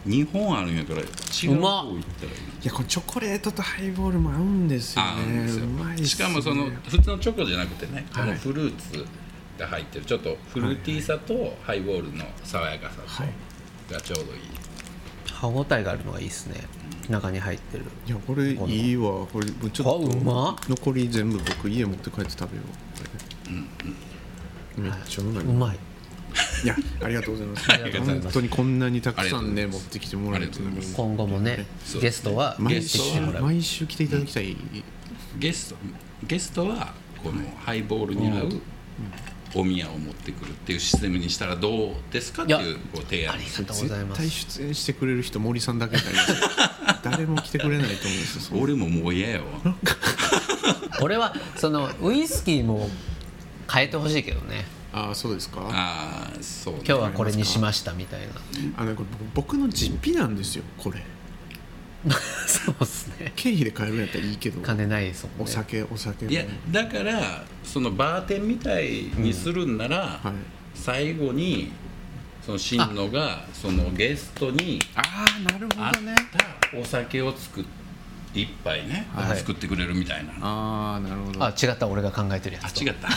S3: 日本あるんやから違う方
S2: うまっ
S3: 行ったらいい
S1: いやこれチョコレートとハイボールも合うんですよ
S3: あるん
S1: ね
S3: です
S1: う
S3: よ
S1: まいっすね
S3: しかもその普通のチョコじゃなくてね、このフルーツが入ってるちょっとフルーティーさとハイボールの爽やかさ
S1: はい
S3: とがちょうどいい、
S2: 歯応えがあるのがいいですね中に入ってる
S1: いやこれいいわこれもうちょっ
S2: あうまっ
S1: と残り全部僕家持って帰って食べようこれめっちゃうまいう
S2: まい
S1: いやありがとうございます
S2: りがとうございます
S1: 本当にこんなにたくさんね
S3: あり
S1: 持
S3: がとうございます
S1: ってきてもらえて
S3: ありがとうござい
S2: 今後もね
S3: そう
S2: ゲストは
S1: 毎
S2: ゲスト来
S1: 週
S2: てもらう
S1: 毎週来ていただきたい
S3: ゲストゲストはこのハイボールに合うお宮を持ってくるっていうシステムにしたらどうですかって
S2: い
S3: いうご提
S2: あ
S3: 案
S2: り
S3: です
S2: がとうございま
S1: 絶対
S2: す
S1: 出演してくれる人森さんだけになりますよ誰も来てくれないと思うんですよそんな
S3: 俺ももう嫌やわ
S2: 俺はそのウイスキーも変えてほしいけどね
S1: ああそうですか
S3: ああそうね
S2: 今日はこれにしましたみたいな
S1: あのこれ僕の実費なんですよこれ
S2: そうっすね
S1: 経費で買えるんやったらいいけど
S2: 金ないですも
S1: お
S2: んね
S1: 酒お酒も
S3: いやだからそのバーテンみたいにするんなら、
S1: はい
S3: 最後にその真野がそのゲストに
S1: ああなる
S3: 合ったお酒を作っ一杯ね、
S2: はい
S3: 作ってくれるみたいな
S1: ああなるほど
S2: あ違った俺が考えてるや
S3: あ
S2: つ
S3: 違った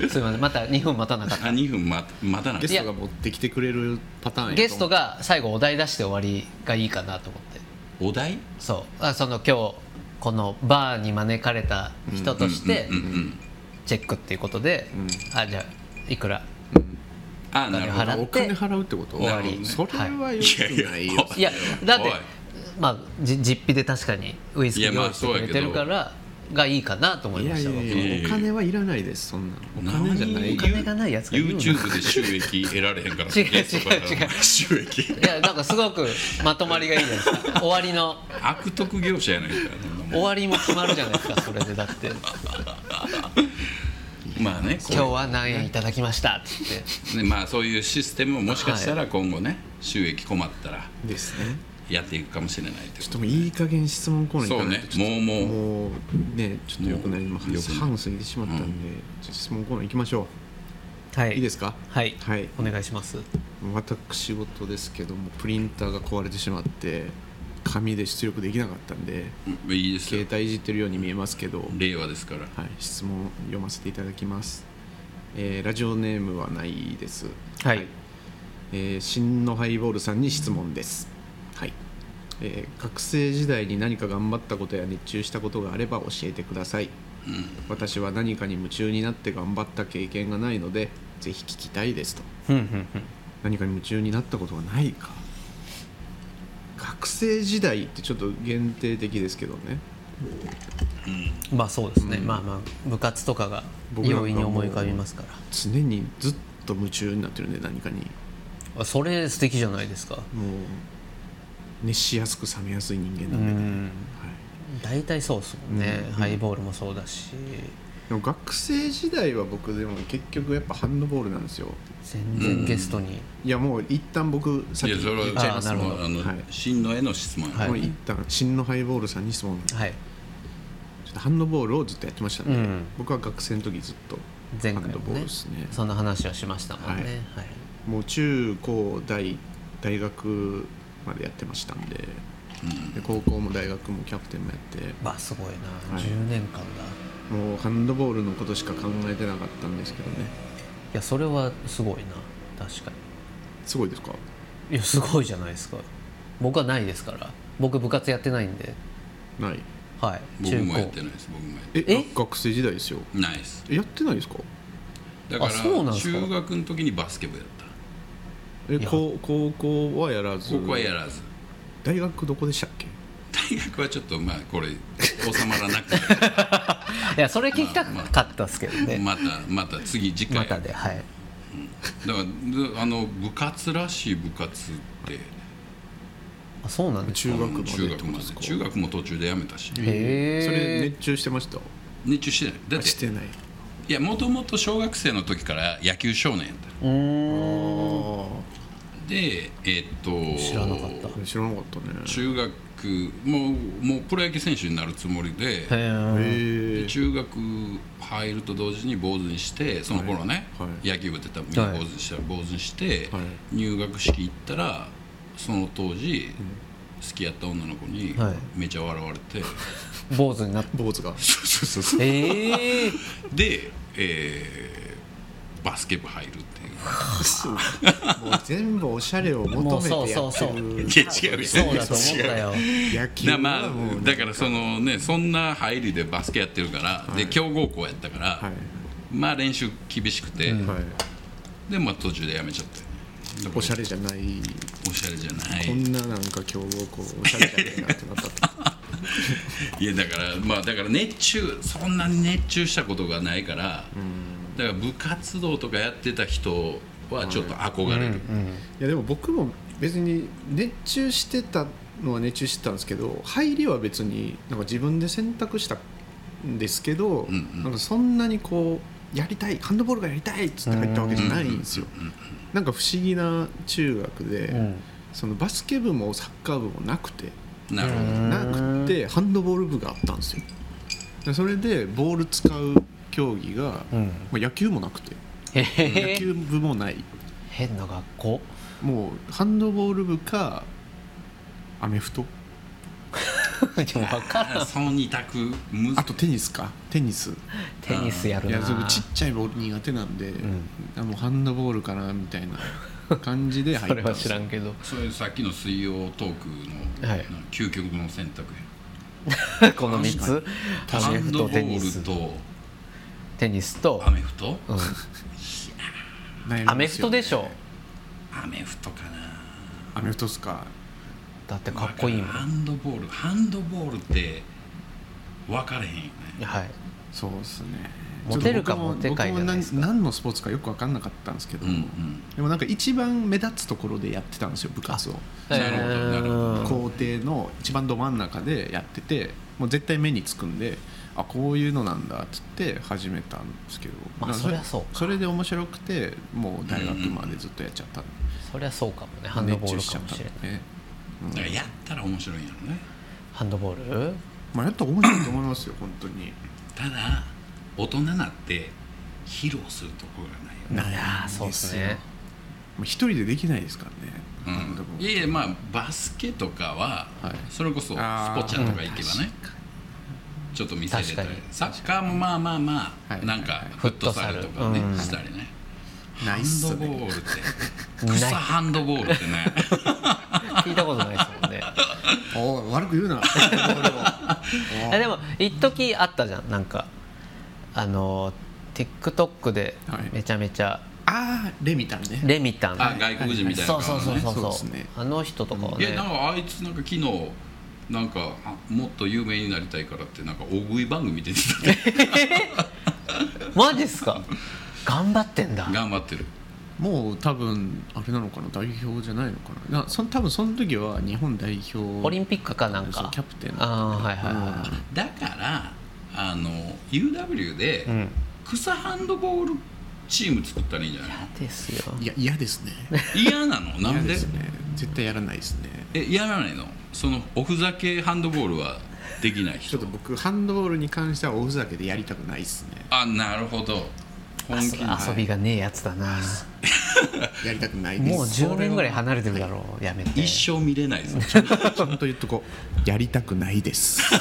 S2: とすいませんまた2分待たな かっ
S3: あ2分待待たな
S1: ゲ
S3: い
S1: ストが持ってきてくれるパターン
S2: た
S1: や
S2: ゲスト
S1: が
S2: が最後お題出して終わりがいいかなと思って
S3: お題
S2: そうあその今日このバーに招かれた人として
S3: うんうん
S2: チェックっていうことで、あじゃあいくら
S3: あなるほ
S2: お金払
S1: お金払
S2: う
S3: ど
S1: うってこと
S3: 終わ
S1: な
S3: り
S1: るほどそれはよくないよ
S3: いやいや
S2: いや だって
S3: おい
S2: まあじ実費で確かにウイスキー
S3: いやま
S2: 用
S3: あ
S2: 意してくれてるからがいいかなと思い
S1: いや
S2: まし
S1: い
S2: た
S1: や
S2: 僕
S3: いやい
S1: い
S3: や
S1: やお金はいらないですそんなお金じゃない
S2: お金がないやつが言うな
S3: YouTube で収益得られへんから
S2: 違う違う
S3: ゲストから
S2: 違う
S3: 収益
S2: いやなんかすごくまとまりがいいじゃないですか終わりの
S3: 悪徳業者やないからそんなもん
S2: 終わりも決まるじゃないです かそれでだって
S3: まあねこう
S2: 今日は何円いただきましたって言って
S3: ねまあそういうシステムももしかしたら今後ね収益困ったら
S1: ですね
S3: やっていくかもしれないってこ
S1: ちょっ
S3: と
S1: ともういい加減質問コーナー行
S3: そう
S1: かない
S3: ね
S1: と
S3: もうもう
S1: もうねちょっとよくない
S3: もう
S1: もう
S3: 良くない
S1: 半過ぎてしまったんで、ちょっと質問コーナー行きましょ
S2: は
S1: う
S2: い
S1: いいですか
S2: はい、
S1: はい
S2: お願いします
S1: 私事ですけどもプリンターが壊れてしまって紙で出力できなかったんで
S3: うんいいです
S1: 携
S3: よ
S1: 帯いじってるように見えますけど、はい、
S3: 令和ですから
S1: 質問読ませていただきます、えーラジオネームはないです
S2: はい
S1: えー新のハイボールさんに質問です、はいえー学生時代に何か頑張ったことや熱中したことがあれば教えてください、私は何かに夢中になって頑張った経験がないのでぜひ聞きたいですと
S2: うんうんうん
S1: 何かに夢中になったことがないか学生時代ってちょっと限定的ですけどね
S2: まあそうですね、まあまあ部活とかが
S1: 僕なんかも
S2: 容易に思い浮かびますか
S1: 常にずっと夢中になってるんで何かに
S2: らあそれ素敵じゃないですか
S1: もう熱しやすく冷めやすい人間
S2: う
S1: なんで、ね
S2: ん
S1: はい
S2: 大体そうっすもんね、ハイボールもそうだし
S1: でも学生時代は僕でも結局やっぱハンドボールなんですよ
S2: 全然ゲストに、
S1: いやもう一旦僕さっ
S3: い
S1: き
S3: やそれは
S1: 言っちゃいます
S2: あなるほど
S3: もうあの
S1: はい
S3: 真のへの質問や
S2: はい
S1: もう一旦新のハイボールさんに質問ちょ
S2: はい
S1: っとハンドボールをずっとやってましたね、
S2: うん
S1: 僕は学生の時ずっと
S2: 前
S1: ハ
S2: 回
S1: ンドボ
S2: も
S1: ール
S2: ね
S1: ですね
S2: そんな話はしましたもん
S1: はい
S2: ね、はい
S1: もう中高大大学までやってましたんでで高校も大学もキャプテンもやって
S2: まあすごいな、
S1: はい
S2: 10年間だ
S1: もうハンドボールのことしか考えてなかったんですけどね
S2: いやそれはすごいな確か
S1: すごいですか
S2: にいやすごいじゃないですか僕はないですから僕部活やってないんで
S1: ない
S2: はい
S3: 僕もやってないです僕もやって
S1: え
S2: え
S1: 学生時代ですよ
S3: ないです
S1: えやってないですか
S3: だか
S2: あそうなん
S3: ら
S2: ですか
S3: 中学の時にバスケ部やった
S1: え
S2: いや
S1: 高高校はやらず
S3: 高校はやらず
S1: 大学どこでしたっけ
S3: 大学はちょっとまあ これ収まらなくて
S2: いやそれ聞きたかったですけどね、
S3: またまた次次回
S2: またではい
S3: だからずあの部活らしい部活って
S2: あそうなんです
S1: 中
S2: か
S1: 学まで
S3: 中
S1: って
S3: 学
S1: こと
S3: ま
S1: で
S3: です
S1: か
S3: 中学も途中でやめたし
S2: へー
S1: それ熱中してました
S3: 熱中してないだっ
S1: あしててない
S3: いやもともと小学生の時から野球少年やった
S2: うーん
S1: あ
S3: でえっと
S2: 知らなかった
S1: あ知らなかったね
S3: 中学もうもうプロ野球選手になるつもりで
S2: へー
S1: へえ
S3: 中学入ると同時に坊主にしてその頃ね、
S1: はい
S3: 野球部って多分みんな
S2: はい
S3: 坊主にしたら坊主にして、
S1: はい
S3: 入学式行ったらその当時、好きやった女の子に
S2: はい
S3: めちゃ笑われて、
S2: 坊主にな っ
S1: 坊主が
S3: そうそうそうそう
S2: ええー、
S3: で、えーバスケ部入るっていう
S1: もう全部おしゃれを求めてやってる
S3: いや違うよ
S2: そうだと思ったよ
S1: 野球
S3: だ,、
S1: は
S3: まあ
S1: もう、
S3: だからそのねそんな入りでバスケやってるから、で強豪校やったから、
S1: はい
S3: まあ練習厳しくて、
S1: はい
S3: でまあ途中でやめちゃってだから
S1: おしゃれじゃない
S3: おしゃれじゃない
S1: こんななんか強豪校おしゃれじゃないなってなったって
S3: いやだからまあだから熱中そんなに熱中したことがないから、だから部活動とかやってた人はちょっと憧れる、
S1: いやでも僕も別に熱中してたのは熱中してたんですけど入りは別になんか自分で選択したんですけど、
S3: んうん
S1: なんかそんなにこうやりたいハンドボールがやりたいっつって入ったわけじゃないんですよ、なんか不思議な中学で、
S2: うん
S1: そのバスケ部もサッカー部もなくて
S3: なるほど、
S1: なくてハンドボール部があったんですよでそれでボール使う競技が、
S2: うん
S1: まあ野球もなくて
S2: へ
S1: 野
S2: ー
S1: 球部もない
S2: 変な学校
S1: もうハンドボール部かアメフト
S2: でも分からん
S3: その二択むず
S1: あとテニスかテニス
S2: テニスやる
S1: い
S2: な
S1: やそのちっちゃいボール苦手なんで、
S2: ん
S1: あのハンドボールかなみたいな感じで入
S2: そ
S1: った
S2: れ
S1: んで
S2: は
S1: す
S2: 知らんけど
S3: そういうさっきの水曜トークの、
S2: はい
S3: な究極の選択
S2: この3つ
S3: や
S2: ア
S3: ハ
S2: メ
S3: ン
S2: フ
S3: ド
S2: ト
S3: ボ
S2: テニス
S3: ールと
S2: テニスと
S3: アメフト
S2: うん
S1: 悩みますよね
S2: アメフトでしょ
S3: アメフトかな
S1: アメフトっすか
S2: だってかっこいいもん
S3: ハンドボールハンドボールって分かれへんよね
S2: はい
S1: そうですね
S2: モテるか
S1: ちょっと
S2: モテかいじゃないですか
S1: 僕も何何のスポーツかよく分かんなかったんですけど、
S3: うんうん
S1: でもなんか一番目立つところでやってたんですよ部活を
S3: なるほどなるほど
S2: うん
S1: 校庭の一番ど真ん中でやっててもう絶対目につくんであこういうのなんだっつって始めたんですけど、
S2: まあ
S1: なんか
S2: そりゃそうか
S1: それで面白くてもう大学までずっとやっちゃった、
S2: そりゃそうかもねハンドボールかもしれない
S1: ね、
S3: だからやったら面白いんやろね
S2: ハンドボール
S1: まあ、やったら面白いと思いますよ本当に
S3: ただ大人なって披露するところがないよね
S1: ない
S2: やーそうっすね
S1: もう一人でできないですからね、なんかも
S3: うん、いやいやまあバスケとかは、
S1: はい
S3: それこそスポチ
S1: あー
S3: ャとか行けばねちょっと見せれた
S2: 確
S3: り
S2: かに
S3: サッカーもまあまあまあ、
S1: はい
S3: なんか
S2: フ
S3: フ
S2: ッ
S3: ッ
S2: ト
S3: ト
S2: サ
S3: サ
S2: ル
S3: ルとかね、
S2: うん
S3: したりね
S1: うな
S3: ハ
S1: いっ
S3: ン
S1: す
S3: ドボ
S1: ね
S3: ールって
S2: ない
S3: 草ハンドボールってね
S2: 聞いたことないですもんね
S1: おい悪く言うなハン ドボールを
S2: あでも一時あったじゃんなんかあの TikTok で
S1: はい
S2: めちゃめちゃ
S1: ああレミたんね
S2: レミたん、
S3: あ外国人みたい
S2: そ
S3: な顔
S2: う
S3: ね
S2: そうそうそう
S1: そうっ
S2: そ
S1: す
S2: う、
S1: ね
S2: あの人とかはね
S3: いやなんかあいつなんか昨日なんかあもっと有名になりたいからってなんか大食い番組出てたね
S2: マジっすか頑張ってんだ
S3: 頑張ってる
S1: もう多分あれなのかな代表じゃないのかななその多分その時は日本代表
S2: オリンピックかなんか
S1: そうキャプテン
S2: ああはいはいは
S3: だからあの UW で
S2: いうん
S3: 草ハンドボールチーム作ったらいいんじゃない
S2: ですよ
S1: いや嫌ですね
S3: 嫌 なのな
S1: 嫌
S3: んで
S1: ですね絶対やらないですね
S3: えやらないのそのおふざけハンドボールはできない
S1: ちょ
S3: 人
S1: っと僕ハンドボールに関してはおふざけでやりたくないですね
S3: あなるほど本気に
S2: 遊びがねえやつだな
S1: やりたくないです
S2: もう10年ぐらい離れてるだろうやめて
S3: 一生見れないぞ
S1: ちゃんと言っとこうやりたくないです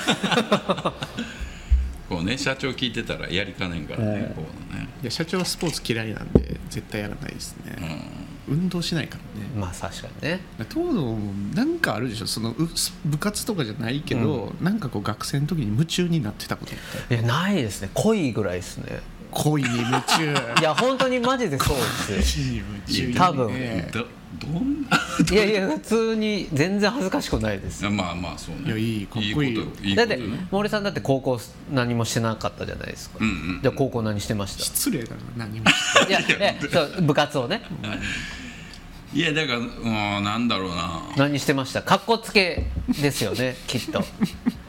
S3: こうね社長聞いてたらやりかねんからねこうね
S1: いや社長はスポーツ嫌いなんで絶対やらないですね、運動しないからね
S2: まあ確かにね
S1: 東堂もなんかあるでしょそのう部活とかじゃないけど、なんかこう学生の時に夢中になってたことって
S2: いやないですね濃いぐらいですね
S1: 恋に夢中
S2: いや本当にマジでそうです
S1: 恋に夢中にね
S2: 多分
S3: どどんな
S2: いやいや普通に全然恥ずかしくないです
S3: まあまあそうね
S1: いやいいかっこいい
S3: いこといい
S2: だ
S3: こ
S2: っ
S3: と
S2: て
S3: ね
S2: 森さんだって高校何もしてなかったじゃないですか、
S3: うんうん
S2: じゃあ高校何してまし
S1: 失礼だな何も
S2: たいやいやそう部活をね
S3: いやだからうんなんだろうな
S2: 何してましたかっこつけですよねきっと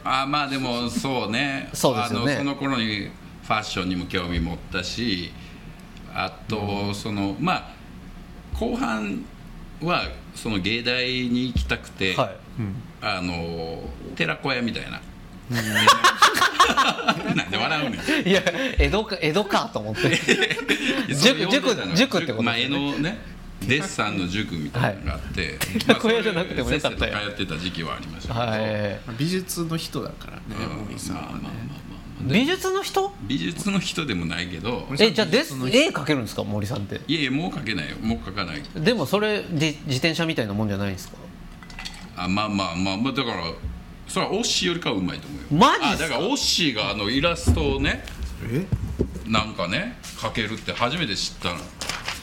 S3: あまあでもそうね
S2: そうですよね
S3: あのその頃にファッションにも興味持ったしあとそのまあ後半はその芸大に行きたくて、
S2: はい
S3: あの寺子屋み たいな。なんで笑うねん
S2: いや江戸か江戸かと思って
S3: そう呼んでたのよ
S2: 塾塾ってことですよね
S3: まあ絵のねデッサンの塾みたいなのがあって
S2: 寺子屋じゃなくてもよか
S3: ま
S2: っ
S3: あ
S2: た
S3: そ
S2: よ
S3: れ通ってた時期はありましたけど
S2: はい
S1: 美術の人だからね
S3: うん
S1: 森さん
S3: まあまあ
S1: は
S3: まあ
S1: ね
S3: まあ
S2: 美術の人
S3: 美術の人でもないけど
S1: 森さん
S2: えじゃあで
S1: その人
S2: 絵描けるんですか森さんって
S3: いやいやもう描けないよもう描かない
S2: でもそれじ自転車みたいなもんじゃないんですか
S3: あまあまあまあまあだからそれはオッシーよりかはうまいと思うよ
S2: マジっ
S3: あ
S2: すか
S3: だからオッシーがあのイラストをね
S1: え
S3: なんかね描けるって初めて知ったの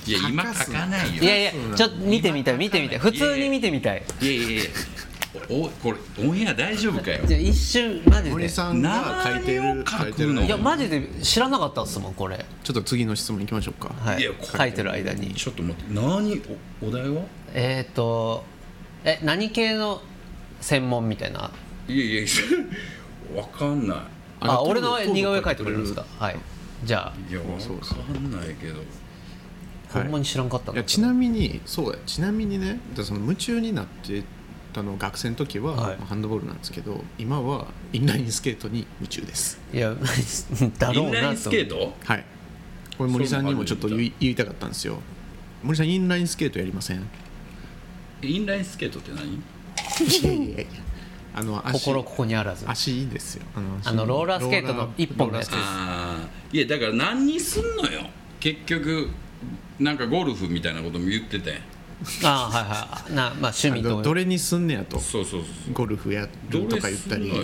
S3: いや今
S1: 描かす
S3: 描
S1: な
S3: かないよ
S2: いやいやちょっと見てみたい見てみたい普通に見てみたい
S3: いやいやいやおこれオンエア大丈夫かよ
S2: じゃあ一瞬マジで
S1: 森さんが書いてる
S3: 何を書くの
S1: 書いてる
S2: いやマジで知らなかったっすもんこれ、
S1: ちょっと次の質問いきましょうか
S2: はい、
S3: いや
S2: 書いてる間に
S3: ちょっと待って何おお題は
S2: えっ、ー、とえ何系の専門みたいない
S3: やいやわかんな
S2: あ
S1: あ
S2: 俺の
S1: 東部
S2: 似顔絵描いてくれるんですかはいじゃあ、
S3: いいやわかんないけど
S1: はい
S2: ほんまに知らんかった
S1: い
S2: んだ
S1: や
S2: け
S1: ち
S2: ど
S1: なみにそうだよちなみにねだからその夢中になってたの学生の時は、
S2: はい
S1: まあハンドボールなんですけど今はインラインスケートに夢中です
S2: いや だろ
S3: イ
S2: う
S3: ンライ
S2: な
S3: ンス
S2: と
S3: ケート
S1: はいこれ森さんにもちょっと言い言いたかったんですよ森さんインラインスケートやりませんい
S3: インラインスケートって何
S1: やいやいやあの足
S2: 心ここにあらず
S1: 足いいですよあの足
S2: あのローラースケート
S1: ロー
S2: の
S1: ラー
S2: 一本のやつ
S1: ローラース
S3: ああいやだから何にすんのよ結局なんかゴルフみたいなことも言ってて
S2: ああはいはいなまあ趣
S1: ケー
S2: 味
S1: トあの
S2: と
S1: どれにすんねやと
S3: そうそうそう
S1: ゴルフやると
S3: ど
S1: か
S3: れ
S1: 言っ
S3: す
S1: た
S3: んの
S1: り
S3: よ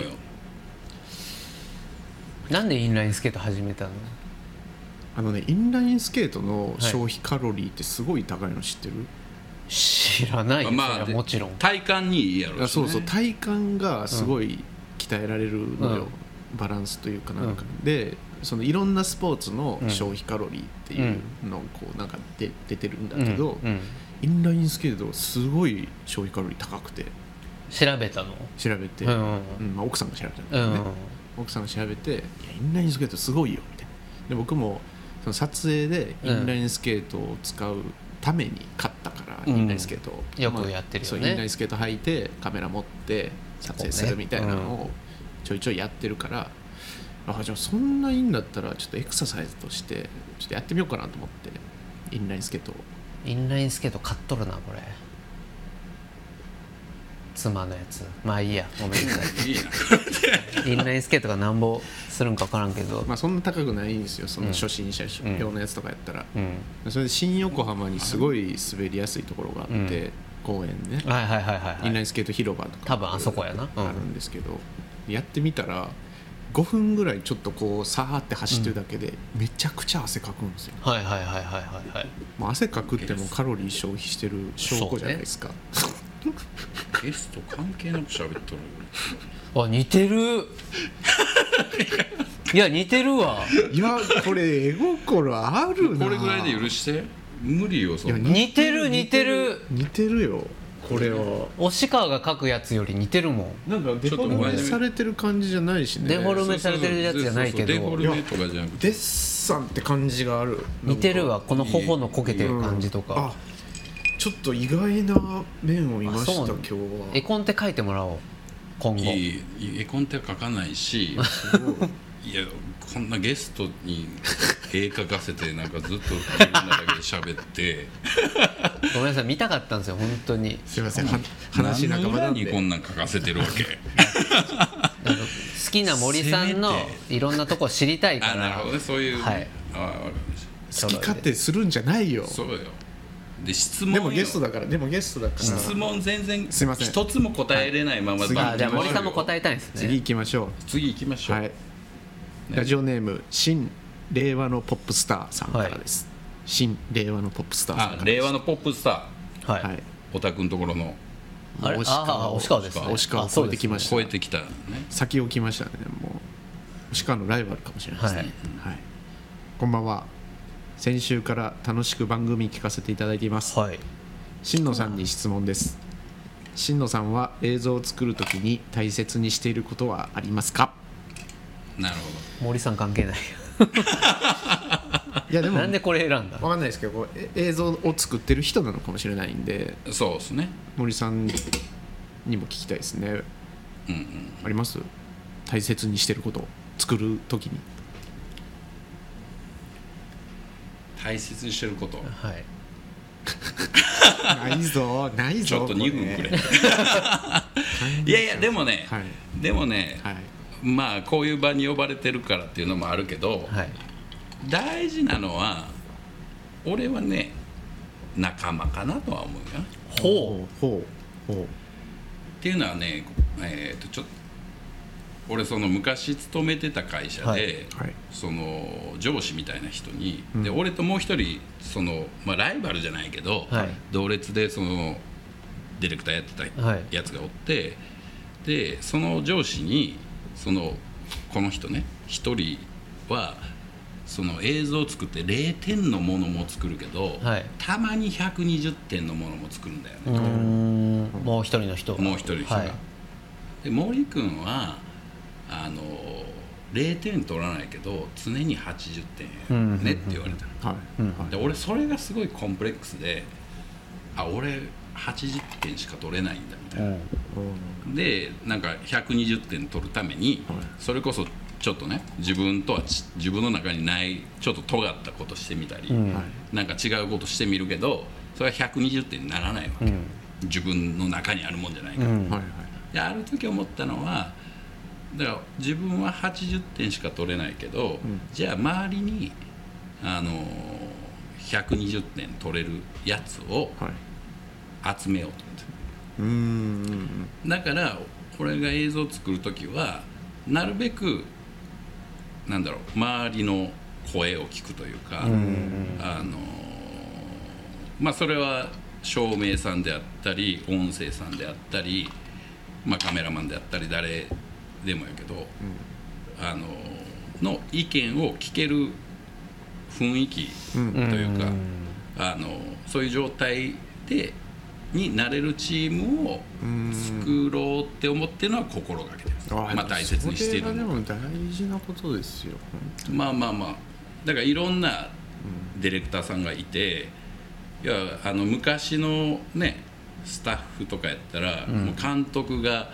S2: なんでインラインスケート始めたの
S1: あのねインラインスケートの消費カロリーってすごい高いの知ってる、
S2: 知らないよ、
S3: まあ
S2: それは
S3: で
S2: もちろん
S3: 体幹にいいやろ
S1: あそうそう
S3: ね
S1: 体幹がすごい鍛えられるのよ、バランスというかなんか、でそのいろんなスポーツの消費カロリーっていうのをこうなんかで出てるんだけど、
S2: うんうん
S1: インラインスケートすごい消費カロリー高くて
S2: 調べたの
S1: 調べて、
S2: うんうん
S1: うんまあ、奥さんが調べたんだけ
S2: う
S1: ど
S2: ん、
S1: ね、奥さんが調べていやインラインスケートすごいよみたいなで僕もその撮影でインラインスケートを使うために買ったから、
S2: うん
S1: インラインスケートを、
S2: よくやって
S1: まあ
S2: るよね
S1: そうインラインスケート履いてカメラ持って撮影するみたいなのをちょいちょいやってるから、あじゃあそんないいんだったらちょっとエクササイズとしてちょっとやってみようかなと思ってインラインスケートを
S2: インラインスケート買っとるなこれ妻のやつまあいいやごめんな さ
S3: いいない
S2: インラインスケートがなんぼするんか分からんけど、
S1: まあそんな高くないんですよその初心者用のやつとかやったら、
S2: うん
S1: それで新横浜にすごい滑りやすいところがあって、公園ね、
S2: はいはいはいはい、はい、
S1: インラインスケート広場とか
S2: 多分あそこやなうん
S1: あるんですけど、やってみたら5分ぐらいちょっとこうさーって走ってるだけで、めちゃくちゃ汗かくんですよ
S2: はいはいはいはいはいはい
S1: もう汗かくってもうカロリー消費してる証拠じゃないですか、
S3: ゲスト関係なく喋っとる
S2: あ似 てるいや似てるわ
S1: いやこれ絵心あるな
S3: これぐらいで許して無理よそん
S1: い
S3: な
S1: や
S2: 似てる似てる
S1: 似てるよこれは
S2: 押川が描くやつより似てるもん
S1: なんかデフォルメされてる感じじゃないしね
S2: デフォルメされてるやつじゃないけど
S3: そうそうそうデフォルメとかじゃなくて
S1: デッサンって感じがある
S2: 似てるわこの頬のこけてる感じと
S1: あ
S2: か、
S1: ちょっと意外な面を見ました
S2: あそうな
S1: 今
S2: の
S1: 日は
S2: 絵コンって描いてもらおう今後
S3: いいいい絵コンテは書かないし いやこんなゲストに絵描かせてなんかずっと自分の中で喋って
S2: ごめんなさい見たかったんですよ本当に
S1: すいませんは話仲間なん
S3: 何の裏にこ
S1: で
S3: んなん書かせてるわ け
S2: あの好きな森さんの
S3: せ
S2: いろんなとこ知りたいか
S3: あなる
S2: ら
S3: ほどねそういう、
S2: はい
S3: あわかりまし
S1: 好き勝手するんじゃないよ
S3: たそうよで質問
S1: で
S3: よ
S1: もゲストだからでもゲストだから
S3: 質問全然
S1: すいません
S3: 一つも答えれないまま、
S1: はい次
S2: あじゃあ森さんも
S3: え
S2: 答えたいんです
S1: 次
S2: ね
S1: 行きましょ
S3: 次行きま
S1: う
S3: しょう、
S1: はいラジオネームしん令和のポップスターさんからです、新令和のポップスターさんか
S3: あ
S1: ら
S3: 令和
S1: の
S3: のポップスター
S2: はい、
S1: はい
S3: おたくんところの
S2: あれ
S1: もう
S2: あー押川ですね
S1: 押川
S2: あ
S1: を
S2: そ
S1: 超
S2: う
S1: えて
S2: ですね
S1: きました
S3: 超えてきたのね
S1: 先を来ましたねもう押川のライバルかもしれないですね、
S2: はい
S1: はいこんばんは先週から楽しく番組聞かせていただいています
S2: はい、
S1: 新野さんに質問です新野さんは映像を作るときに大切にしていることはありますか
S3: なるほ
S2: 森さん関係ない
S1: いやでも
S2: なんでこれ選んだ
S1: わかんないですけどこうえ映像を作ってる人なのかもしれないんで
S3: どそうですね
S1: 森さんにも聞きたいですね
S3: うんうん
S1: あります大切にしてること作るときに
S3: 大切にしてること
S2: はい
S1: ないぞないぞ
S3: ちょっと2分く れいやいやでもね、
S1: はい
S3: でもね、
S1: はい
S3: まあこういう場に呼ばれてるからっていうのもあるけど、
S2: はい
S3: 大事なのは俺はね仲間かなとは思うよっ
S2: ほ
S1: うほうほ
S3: ていうのはねえー、とちょっと俺その昔勤めてた会社で、
S2: はい
S1: うはい
S3: その上司みたいな人に、
S1: うん
S3: で俺ともう一人その、まあ、ライバルじゃないけど、
S2: はい
S3: 同列でそのディレクターやってた
S2: はい
S3: やつがおって、でその上司にそのこの人ね一人はその映像を作って0点のものも作るけど、
S2: はい
S3: たまに120点のものも作るんだよね
S2: う、ーんもう一人の人が
S3: もう一人の人が。
S2: はい
S3: で森君はあの0点取らないけど常に80点やねって言われたの
S1: はい
S2: うん
S1: はい
S3: で俺それがすごいコンプレックスであ俺80点しか取れないんだみたいな、でなんか120点取るために、
S1: はい
S3: それこそちょっとね自分とはち自分の中にないちょっと尖ったことしてみたり、
S2: うん
S1: はい
S3: なんか違うことしてみるけどそれは120点にならないわけ、
S2: うん
S3: 自分の中にあるもんじゃないか
S2: う
S3: ら、
S2: ん
S1: はいはい
S3: である時思ったのはだから自分は80点しか取れないけど、
S1: うん
S3: じゃあ周りに、あのー120点取れるやつを
S1: はい
S3: 集めようと思って
S1: うーん
S3: だから俺が映像を作る時はなるべくなんだろう周りの声を聞くというか、
S2: うん
S3: あのーまあそれは照明さんであったり音声さんであったり、まあ、カメラマンであったり誰でもやけど、あのーの意見を聞ける雰囲気
S1: う
S3: と
S1: ん
S3: いうか、
S2: ん
S3: あのそういう状態でになれるチームを
S1: うん
S3: 作ろうって思ってるのは心がけてます、まあ、大切にしてる
S1: それがで
S3: んで
S1: も大事なことですよ
S3: まあまあまあだからいろんなディレクターさんがいていやあの昔のねスタッフとかやったら、もう監督が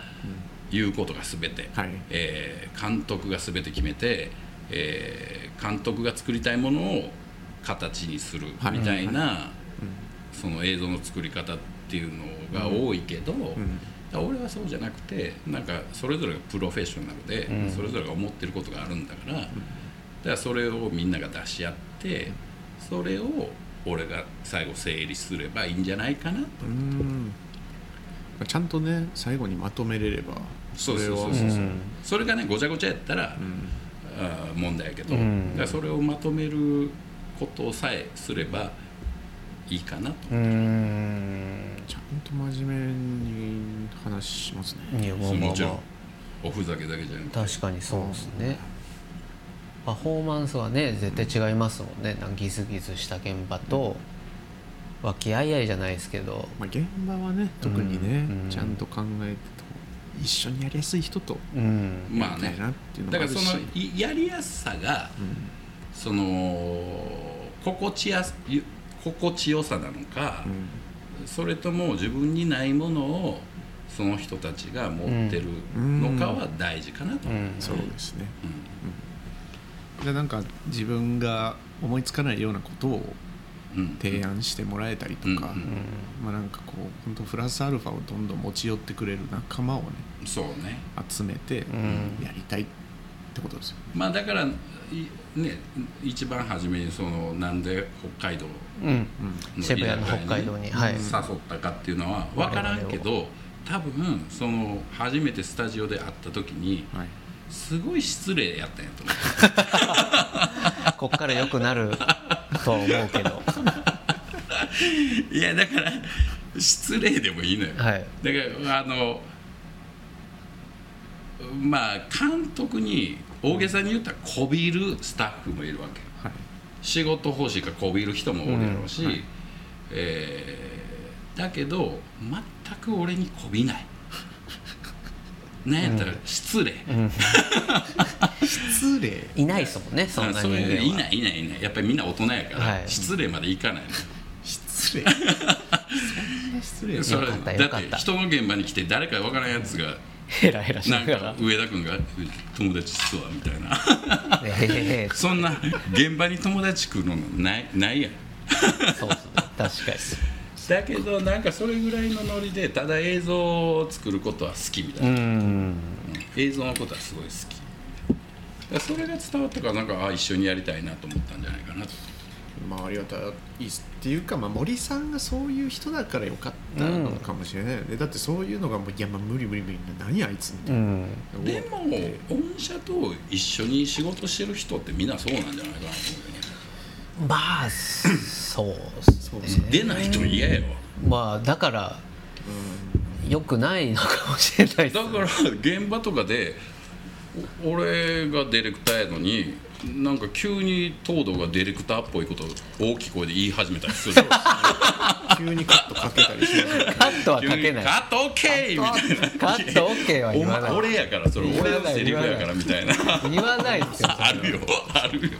S3: 言うことが全て、
S1: はい
S3: えー監督が全て決めて、えー監督が作りたいものを形にするみたいな、その映像の作り方っていうのが多いけど、
S1: ん
S3: だから俺はそうじゃなくてなんかそれぞれがプロフェッショナルで、
S2: うん
S3: それぞれが思ってることがあるんだから、だからそれをみんなが出し合ってそれを俺が最後整理すればいいんじゃないかなと
S1: う。んちゃんとね最後にまとめれれば
S3: そうそ
S1: れ
S3: うそうそう
S1: は
S2: うん
S3: それがねごちゃごちゃやったら、
S1: ん
S3: あー問題やけど、
S2: うん
S3: だからそれをまとめることさえすればいいかなと、
S2: うーん
S1: ちゃんと真面目に話しますね
S2: いやまあまあ
S3: もちろ
S2: ま
S3: んおふざけだけじゃなくて
S2: あ確かにそうですねパフォーマンスはね絶対違いますもんねなんかギスギスした現場と和気あいあいじゃないですけど
S1: まあ現場はね特にね
S2: うん
S1: ちゃんと考えてと一緒にやりやすい人と
S2: うん
S3: ま
S1: や
S3: あ
S1: り
S3: ね
S1: たいなっていうの
S3: だ
S1: もあ
S3: か
S1: る
S3: ら
S1: し
S3: そのいやりやすさが、その心地やすゆ心地よさなのか、
S1: うん
S3: それとも自分にないものをその人たちが持ってるのかは大事かなと、
S2: う
S3: うん
S2: ん
S1: そうですねでなんか自分が思いつかないようなことを
S3: うん
S1: 提案してもらえたりとか、
S3: うんうん
S1: まあ、なんかこう本当プラスアルファをどんどん持ち寄ってくれる仲間をね
S3: そうね
S1: 集めて
S2: ん
S1: やりたいってことですよね、
S3: まあだからいね一番初めにそのなんで北海道
S2: うん
S3: の
S2: セブヤの北海道にはい
S3: 誘ったかっていうのは分からんけど多分その初めてスタジオで会った時に
S1: はい
S3: すごい失礼やったんやと思う
S2: こっから良く なるとは思うけど
S3: いやだから失礼でもいいのよ、
S2: はい
S3: だからあのまあ監督に大げさに言ったらこびるスタッフもいるわけ
S1: はい
S3: 仕事方針がこびる人もおるやろうし、えーだけど全く俺にこび ないなんやったら失礼、
S1: 失礼
S2: いないですもんねそんな
S3: そ
S2: 人
S3: う
S2: 間は
S3: いういないいないいないやっぱりみんな大人やから、
S2: はい
S3: 失礼までいかない
S1: 失礼そんな失礼
S3: そ
S1: な
S3: れ
S2: よか
S3: だ
S2: ったよか
S3: っ
S2: ってた
S3: 人の現場に来て誰かわからんやつが
S2: ヘラヘラし
S3: な
S2: なんが
S3: から上田君が「友達っすわ」みたいな
S2: ええ
S3: そんな現場に友達来るのないないやん
S2: そうっすね確か
S3: だけどなんかそれぐらいのノリでただ映像を作ることは好きみたいな
S2: にう、ん
S3: 映像のことはすごい好きだからそれが伝わったからなんかあ一緒にやりたいなと思ったんじゃないかなと
S1: まあありがたいっすっていうか、まあ、森さんがそういう人だからよかったのかもしれないよね、でだってそういうのがもういやまあ無理無理無理何あいつみた
S2: う
S1: いな、
S2: ん
S3: でも御社と一緒に仕事してる人ってみんなそうなんじゃないかなと思
S2: まあそうっす
S1: そう
S2: ね
S1: そう
S3: うよね出ないと嫌やわ
S2: まあだから良くないのかもしれないっす
S3: だから現場とかでお俺がディレクターやのになんか急に東堂がディレクターっぽいことを大きい声で言い始めたりする
S1: 急にカットかけたりしながら
S2: カットはか
S3: 急
S2: け
S3: に
S2: ない
S3: カット OK! みたいな
S2: カット OK は
S3: お
S2: 言わな
S3: 前
S2: い
S3: 俺やからそれ俺のセリフやからみたいな
S2: 言わないですよ
S3: あるよあるよ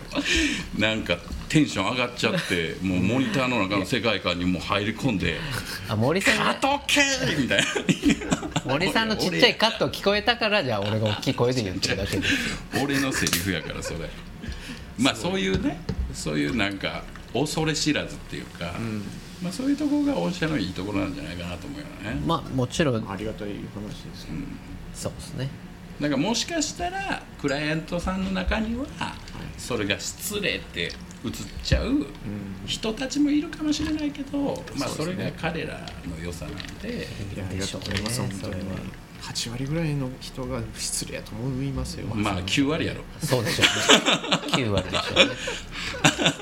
S3: なんかテンション上がっちゃってもうモニターの中の世界観にもう入り込んで
S2: あ森
S3: 「
S2: さ
S3: カ
S2: ん
S3: トケー!」みたいな
S2: 森さんのちっちゃいカット聞こえたからじゃあ俺が大きい声で言ってるだけで
S3: 俺のセリフやからそれまあそういうねそういうなんか恐れ知らずっていうか、まあ、そういうところが御社のいいところなんじゃないかなと思うよね
S2: まあもちろん
S1: ありがたい話ですね、
S2: そうですね
S3: なんかもしかしたらクライアントさんの中にはそれが失礼って映っちゃう人たちもいるかもしれないけど、まあ、それが彼らの良さなんで
S1: いやありがとうございます、
S2: で
S1: 本
S2: しょ
S1: 当
S2: うね
S1: にね8割ぐらいの人が失礼やと思いますよ、
S3: まあ9割やろ
S2: そうでしょうね9割でしょうね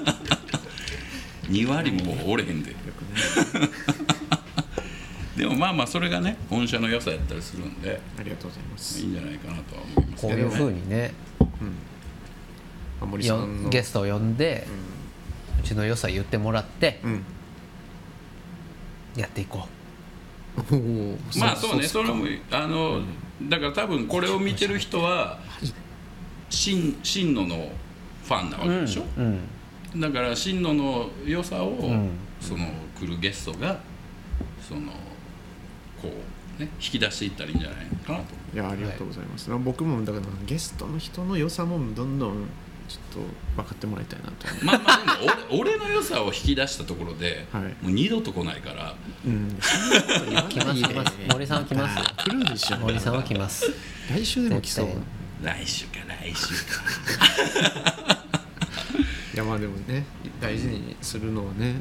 S3: 2割もおれへんででもまあまあそれがね本社の良さやったりするんで
S1: ありがとうございます、
S3: いいんじゃないかなとは思います
S2: こういうふうにね
S1: あ森さ
S2: よ
S1: んの
S2: ゲストを呼んでうちの良さ言ってもらって
S1: うん
S2: やっていこ
S1: おー
S3: まあそうねそれもあの、だから多分これを見てる人は真真ののファンなわ
S2: うう
S3: け
S2: ん
S3: でしょ、
S2: うん
S3: だから真のの良さを、
S2: ん
S3: その来るゲストがそのこうね引き出していったらいいんじゃないかなと
S1: いやありがとうございます、まあ僕もだからゲストの人の良さもどんどんちょっと分かってもらいたいなと思
S3: まあまあでも俺 俺の良さを引き出したところで、
S1: はい
S3: もう二度と来ないから
S1: う、うん、そんなこと
S2: 来
S1: 言わな
S2: ま
S1: いで
S2: す来ます森さんは来ますよ
S1: 来るでしょ
S2: 森さんは来ます
S1: 来週でも来そうい
S2: 絶
S3: 来週か来週か
S1: やまあでもね大事にするのはね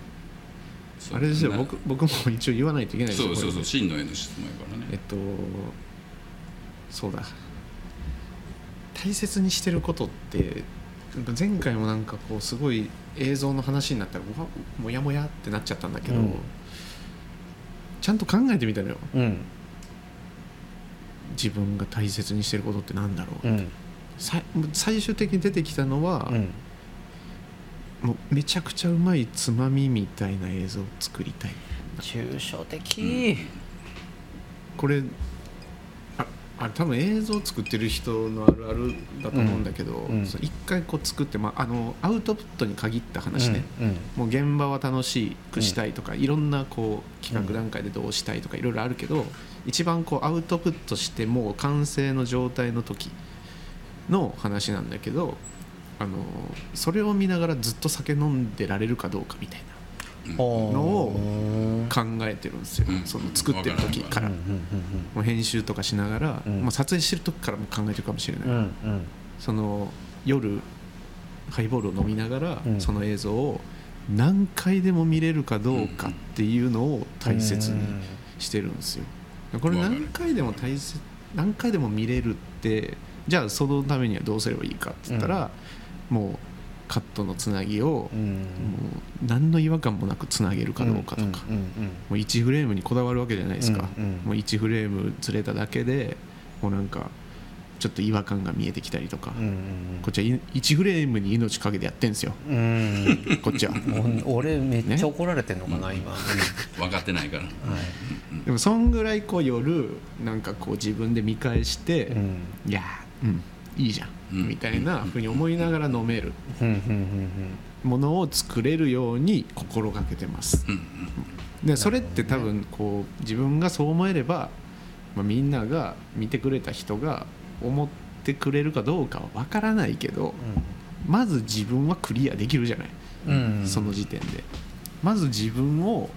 S1: あれですよ
S3: な
S1: 僕僕も一応言わないといけないです
S3: そ
S1: よ
S3: うそう
S1: こ
S3: そう
S1: れ
S3: 真の絵の質問やからね
S1: えっとそうだ大切にしてることってなんか前回もなんかこうすごい映像の話になったらうわもやもやってなっちゃったんだけど、
S2: うん
S1: ちゃんと考えてみたのよ
S2: うん
S1: 自分が大切にしてることってなんだろう、
S2: うん
S1: さい最終的に出てきたのは、
S2: うん
S1: もうめちゃくちゃうまいつまみみたいな映像を作りたい
S2: 抽象的
S1: これああれ多分映像作ってる人のあるあるだと思うんだけど
S2: うんうん
S1: その一、回こう作って、まあ、あのアウトプットに限った話ね、
S2: うん
S1: もう現場は楽しくしたいとか、いろんなこう企画段階でどうしたいとかいろいろあるけど、一番こうアウトプットしてもう完成の状態の時の話なんだけどあのそれを見ながらずっと酒飲んでられるかどうかみたいな
S2: うんほー
S1: のを考えてるんですよ、
S3: うん
S1: その作ってる時から、
S2: うん
S1: もう編集とかしながら、
S2: うん
S1: もう撮影してる時からも考えてるかもしれない、
S2: うんうんうん
S1: その夜ハイボールを飲みながら、
S2: うん
S1: その映像を何回でも見れるかどうかっていうのを大切にしてるんですよ、これ何回でも大切何回でも見れるってじゃあそのためにはどうすればいいかって言ったら、もうカットのつなぎを
S2: う
S1: も
S2: ん
S1: う何の違和感もなくつなげるかどうかとか、
S2: うんうん
S1: もう1フレームにこだわるわけじゃないですか、
S2: うんうん
S1: もう1フレームずれただけでもうなんかちょっと違和感が見えてきたりとか、
S2: うんうん
S1: こっちはい1フレームに命かけてやってん ですよ
S2: うんうん
S1: こっちは
S2: お俺めっちゃ怒られてんのかな、今、
S3: 分かってないから
S2: うんはい
S1: でもそんぐらいこう夜なんかこう自分で見返して、
S2: うん
S1: いやーうんいいじゃん、
S3: うん
S1: みたいなふうに思いながら飲める
S2: うんうんうん
S1: ものを作れるように心がけてます
S3: うん
S1: でそれって多分こう自分がそう思えれば、まあ、みんなが見てくれた人が思ってくれるかどうかは分からないけどまず自分はクリアできるじゃない、
S2: うんうんうん
S1: その時点でまず自分を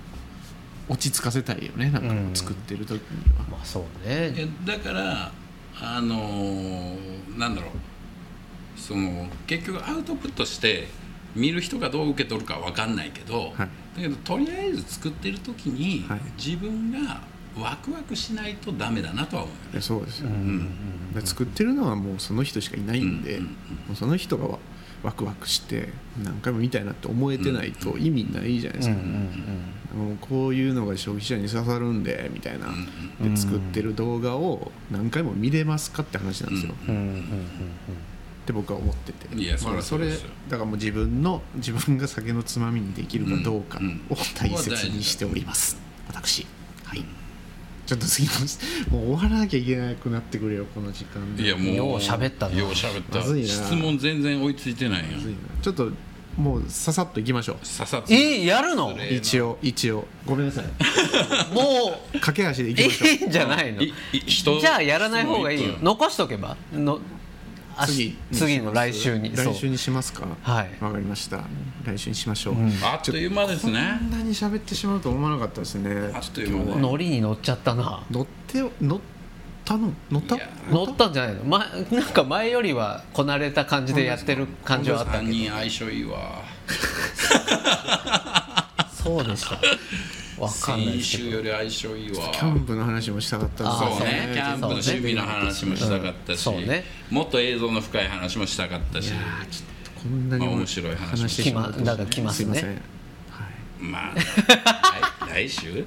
S1: 落ち着かせたいよねなんか
S2: うん
S1: 作ってる時には、
S2: まあそうね
S3: いやだからあのーなんだろうその結局アウトプットして見る人がどう受け取るかわかんないけど、
S1: はい
S3: だけどとりあえず作ってる時に、
S1: はい
S3: 自分がワクワクしないとダメだなとは思うよ
S1: いやそうですよ、
S2: うん
S1: で作ってるのはもうその人しかいないんで、
S3: うんうん
S1: もうその人がわワクワクして何回も見たいなって思えてないと意味ないじゃないです
S2: うんうん
S1: か、もうこういうのが消費者に刺さるんでみたいな
S2: う
S1: で
S2: ん
S1: 作ってる動画を何回も見れますかって話なんですよ、
S3: うん
S2: うんうんうん
S1: って僕は思ってて
S3: いやそりゃ
S1: まあ
S3: そ
S1: そうれ
S3: で
S1: だ
S3: すよ
S1: からもう自分の自分が酒のつまみにできるかどうか
S3: うん
S1: を大切にしております、私はいちょっと過ぎました もう終わらなきゃいけなくなってくれよこの時間
S3: う
S1: で
S3: んいやもう
S2: よう喋ったな
S3: よう喋った
S1: まずいな
S3: 質問全然追いついてないや
S1: ま
S3: ん
S1: ずい
S3: 刺
S1: なちょっともうささっといきましょう
S3: さっ
S2: うんいいやるのも
S3: えー
S1: 一応一応ごめんなさい
S2: う
S1: 駆け足でいきま しょう
S2: いいんじゃないの
S3: いい人
S2: じゃあやらない方がいいよ
S3: 質問一分
S2: 残しとけばの明日
S1: 次
S2: 次の来週にそう
S1: 来週にしますか
S2: はい
S1: わかりました来週にしましょう、
S2: ん
S3: あっという間ですね
S1: こんなに喋ってしまうと思わなかったですね
S3: あっという間だ
S2: ノリに乗っちゃったな
S1: 乗って乗ったの乗った
S3: いや
S2: 乗ったんじゃないの、ま、なんか前よりはこなれた感じでやってる感じはあった
S3: 3
S2: け
S3: 人相性いいわ
S2: どそうでしたわかんない
S3: 先
S2: ですけ
S3: 週
S2: ど
S3: より相性いいわ
S1: キャンプの話もしたかったん
S2: あ
S1: で
S3: そ
S1: すよ
S3: うね
S2: そうね
S3: キャンプの守備の話もしたかったし、
S2: うんそうね
S3: もっと映像の深い話もしたかったし
S1: こんなに
S3: まあ面白い話
S1: 話してしまうと
S2: 来まだから来ますね
S1: いせんはい
S3: ま あ来来週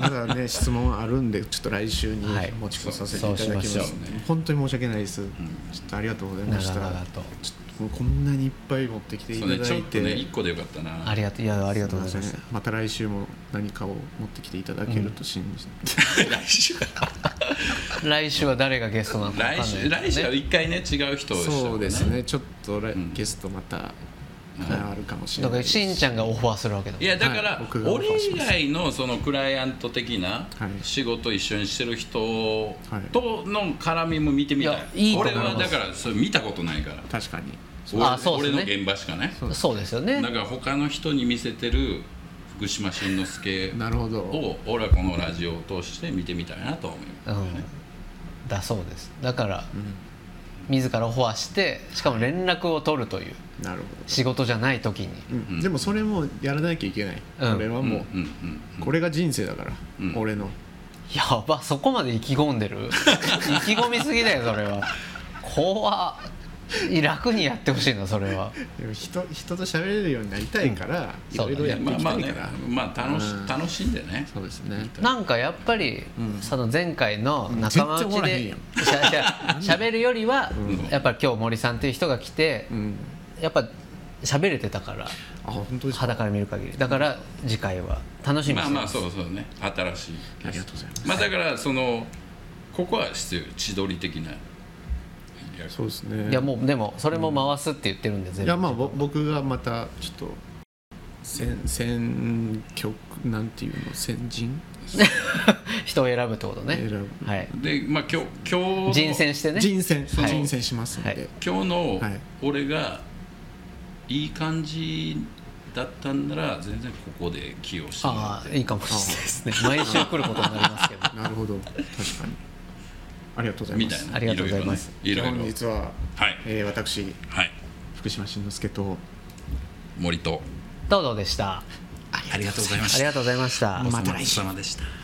S1: まだ ね質問あるんでちょっと来週に
S2: はい
S1: 持ち越させていただきます,、
S2: そうし
S3: ましょうね
S1: 本当に申し訳ないです、ちょっとありがとうございました
S2: 長々と
S1: ちょっとこんなにいっぱい持ってきていた
S3: そう
S1: だ
S3: ね
S1: い
S3: ちょってとね一個でよかったな
S2: ありがとういやありがとうございますす
S1: いませんまた来週も何かを持ってきていただけると信じて、
S3: 来週
S2: 来週は誰がゲストなのか分
S3: 来
S2: かんない
S3: 週来週は一回ね違う人をした
S1: そうですねちょっと来、
S3: ん
S1: ゲストまたあるかもしれ
S2: だ
S1: な
S2: か
S1: い
S2: ら
S1: です
S2: しんちゃんがオファーするわけだも
S3: い
S2: ん
S3: やだから、
S1: はい僕がオファ
S3: 俺
S1: ーし
S3: 以
S1: ます
S3: 外のそのクライアント的な
S1: はい
S3: 仕事を一緒にしてる人との絡みも見てみたい,、
S2: いやいいと思
S3: 俺
S2: います
S3: はだからそれ見たことないから
S1: 確かに
S3: 俺
S2: あそうですね
S3: 俺の現場しかね
S2: そうですよ
S3: だ
S2: ね
S3: から他の人に見せてる福島新之助
S1: なるほど
S3: を俺はこのラジオを通して見てみたいなと思う
S2: うんだそうですだから、自らオファーしてしかも連絡を取るという
S1: なるほ
S2: 仕事じゃない時に
S1: ど、うんでもそれもやらなきゃいけない、
S2: うん
S1: これはもう、
S3: うんうん
S1: これが人生だから、
S3: うん
S1: 俺の
S2: やばそこまで意気込ん でる意気込みすぎだよそれは怖っ楽にやってほしいなそれは
S1: でも人人と喋れるようになりたいから、
S2: うん
S1: いろいろ
S2: そう
S1: や
S2: だ
S1: っ
S2: ね
S1: てい
S3: まあ
S1: き
S3: ま
S1: た
S3: あ
S1: いから、
S3: ねまあ楽し
S1: うん
S3: 楽しんでね
S1: そうですね
S2: なんかやっぱり、その前回の仲間内
S1: 全然おらへ
S2: で
S1: んや
S2: しゃしゃしゃべるよりは、
S3: ん
S2: やっぱり今日森さんっていう人が来て、
S1: うん
S2: やっぱ喋れてたから
S1: あ本当ですか
S2: 肌から見る限りだから次回は楽しみに
S3: まあ
S2: して
S3: ま
S2: ま
S3: あ
S2: す、
S3: そうそうね新しい
S1: ありがとうございます
S3: まあだからそのここは必要千鳥的な役
S1: そうですね
S2: いやもうでもそれも回すって言ってるんで全部
S1: いやまあぼ僕がまたちょっと先先曲なんていうの先人
S2: 人を選ぶってことね
S1: 選ぶ
S2: はい
S3: でまあ今日今日
S2: 人選してね
S1: 人選、
S2: はい
S1: 人選しますんで、
S2: はい
S3: 今日の
S1: はい
S3: 俺がいい感じだったんなら全然ここで起用してもら
S2: あ
S3: っ
S2: あ
S3: て
S2: いいかもしれないですね 毎週来ることになりますけど
S1: なるほど確かにありがとうござい
S3: み
S1: ま
S3: たい
S1: す
S3: な
S2: ありがとうございます
S3: いろいろね
S1: 本
S3: いろいろ
S1: 日は、
S3: はい
S1: えー私
S3: はい
S1: 福島新之助と
S3: 森と
S2: どうぞでした
S3: ありがとうございま
S2: ありがとうございました
S3: お疲れ様でした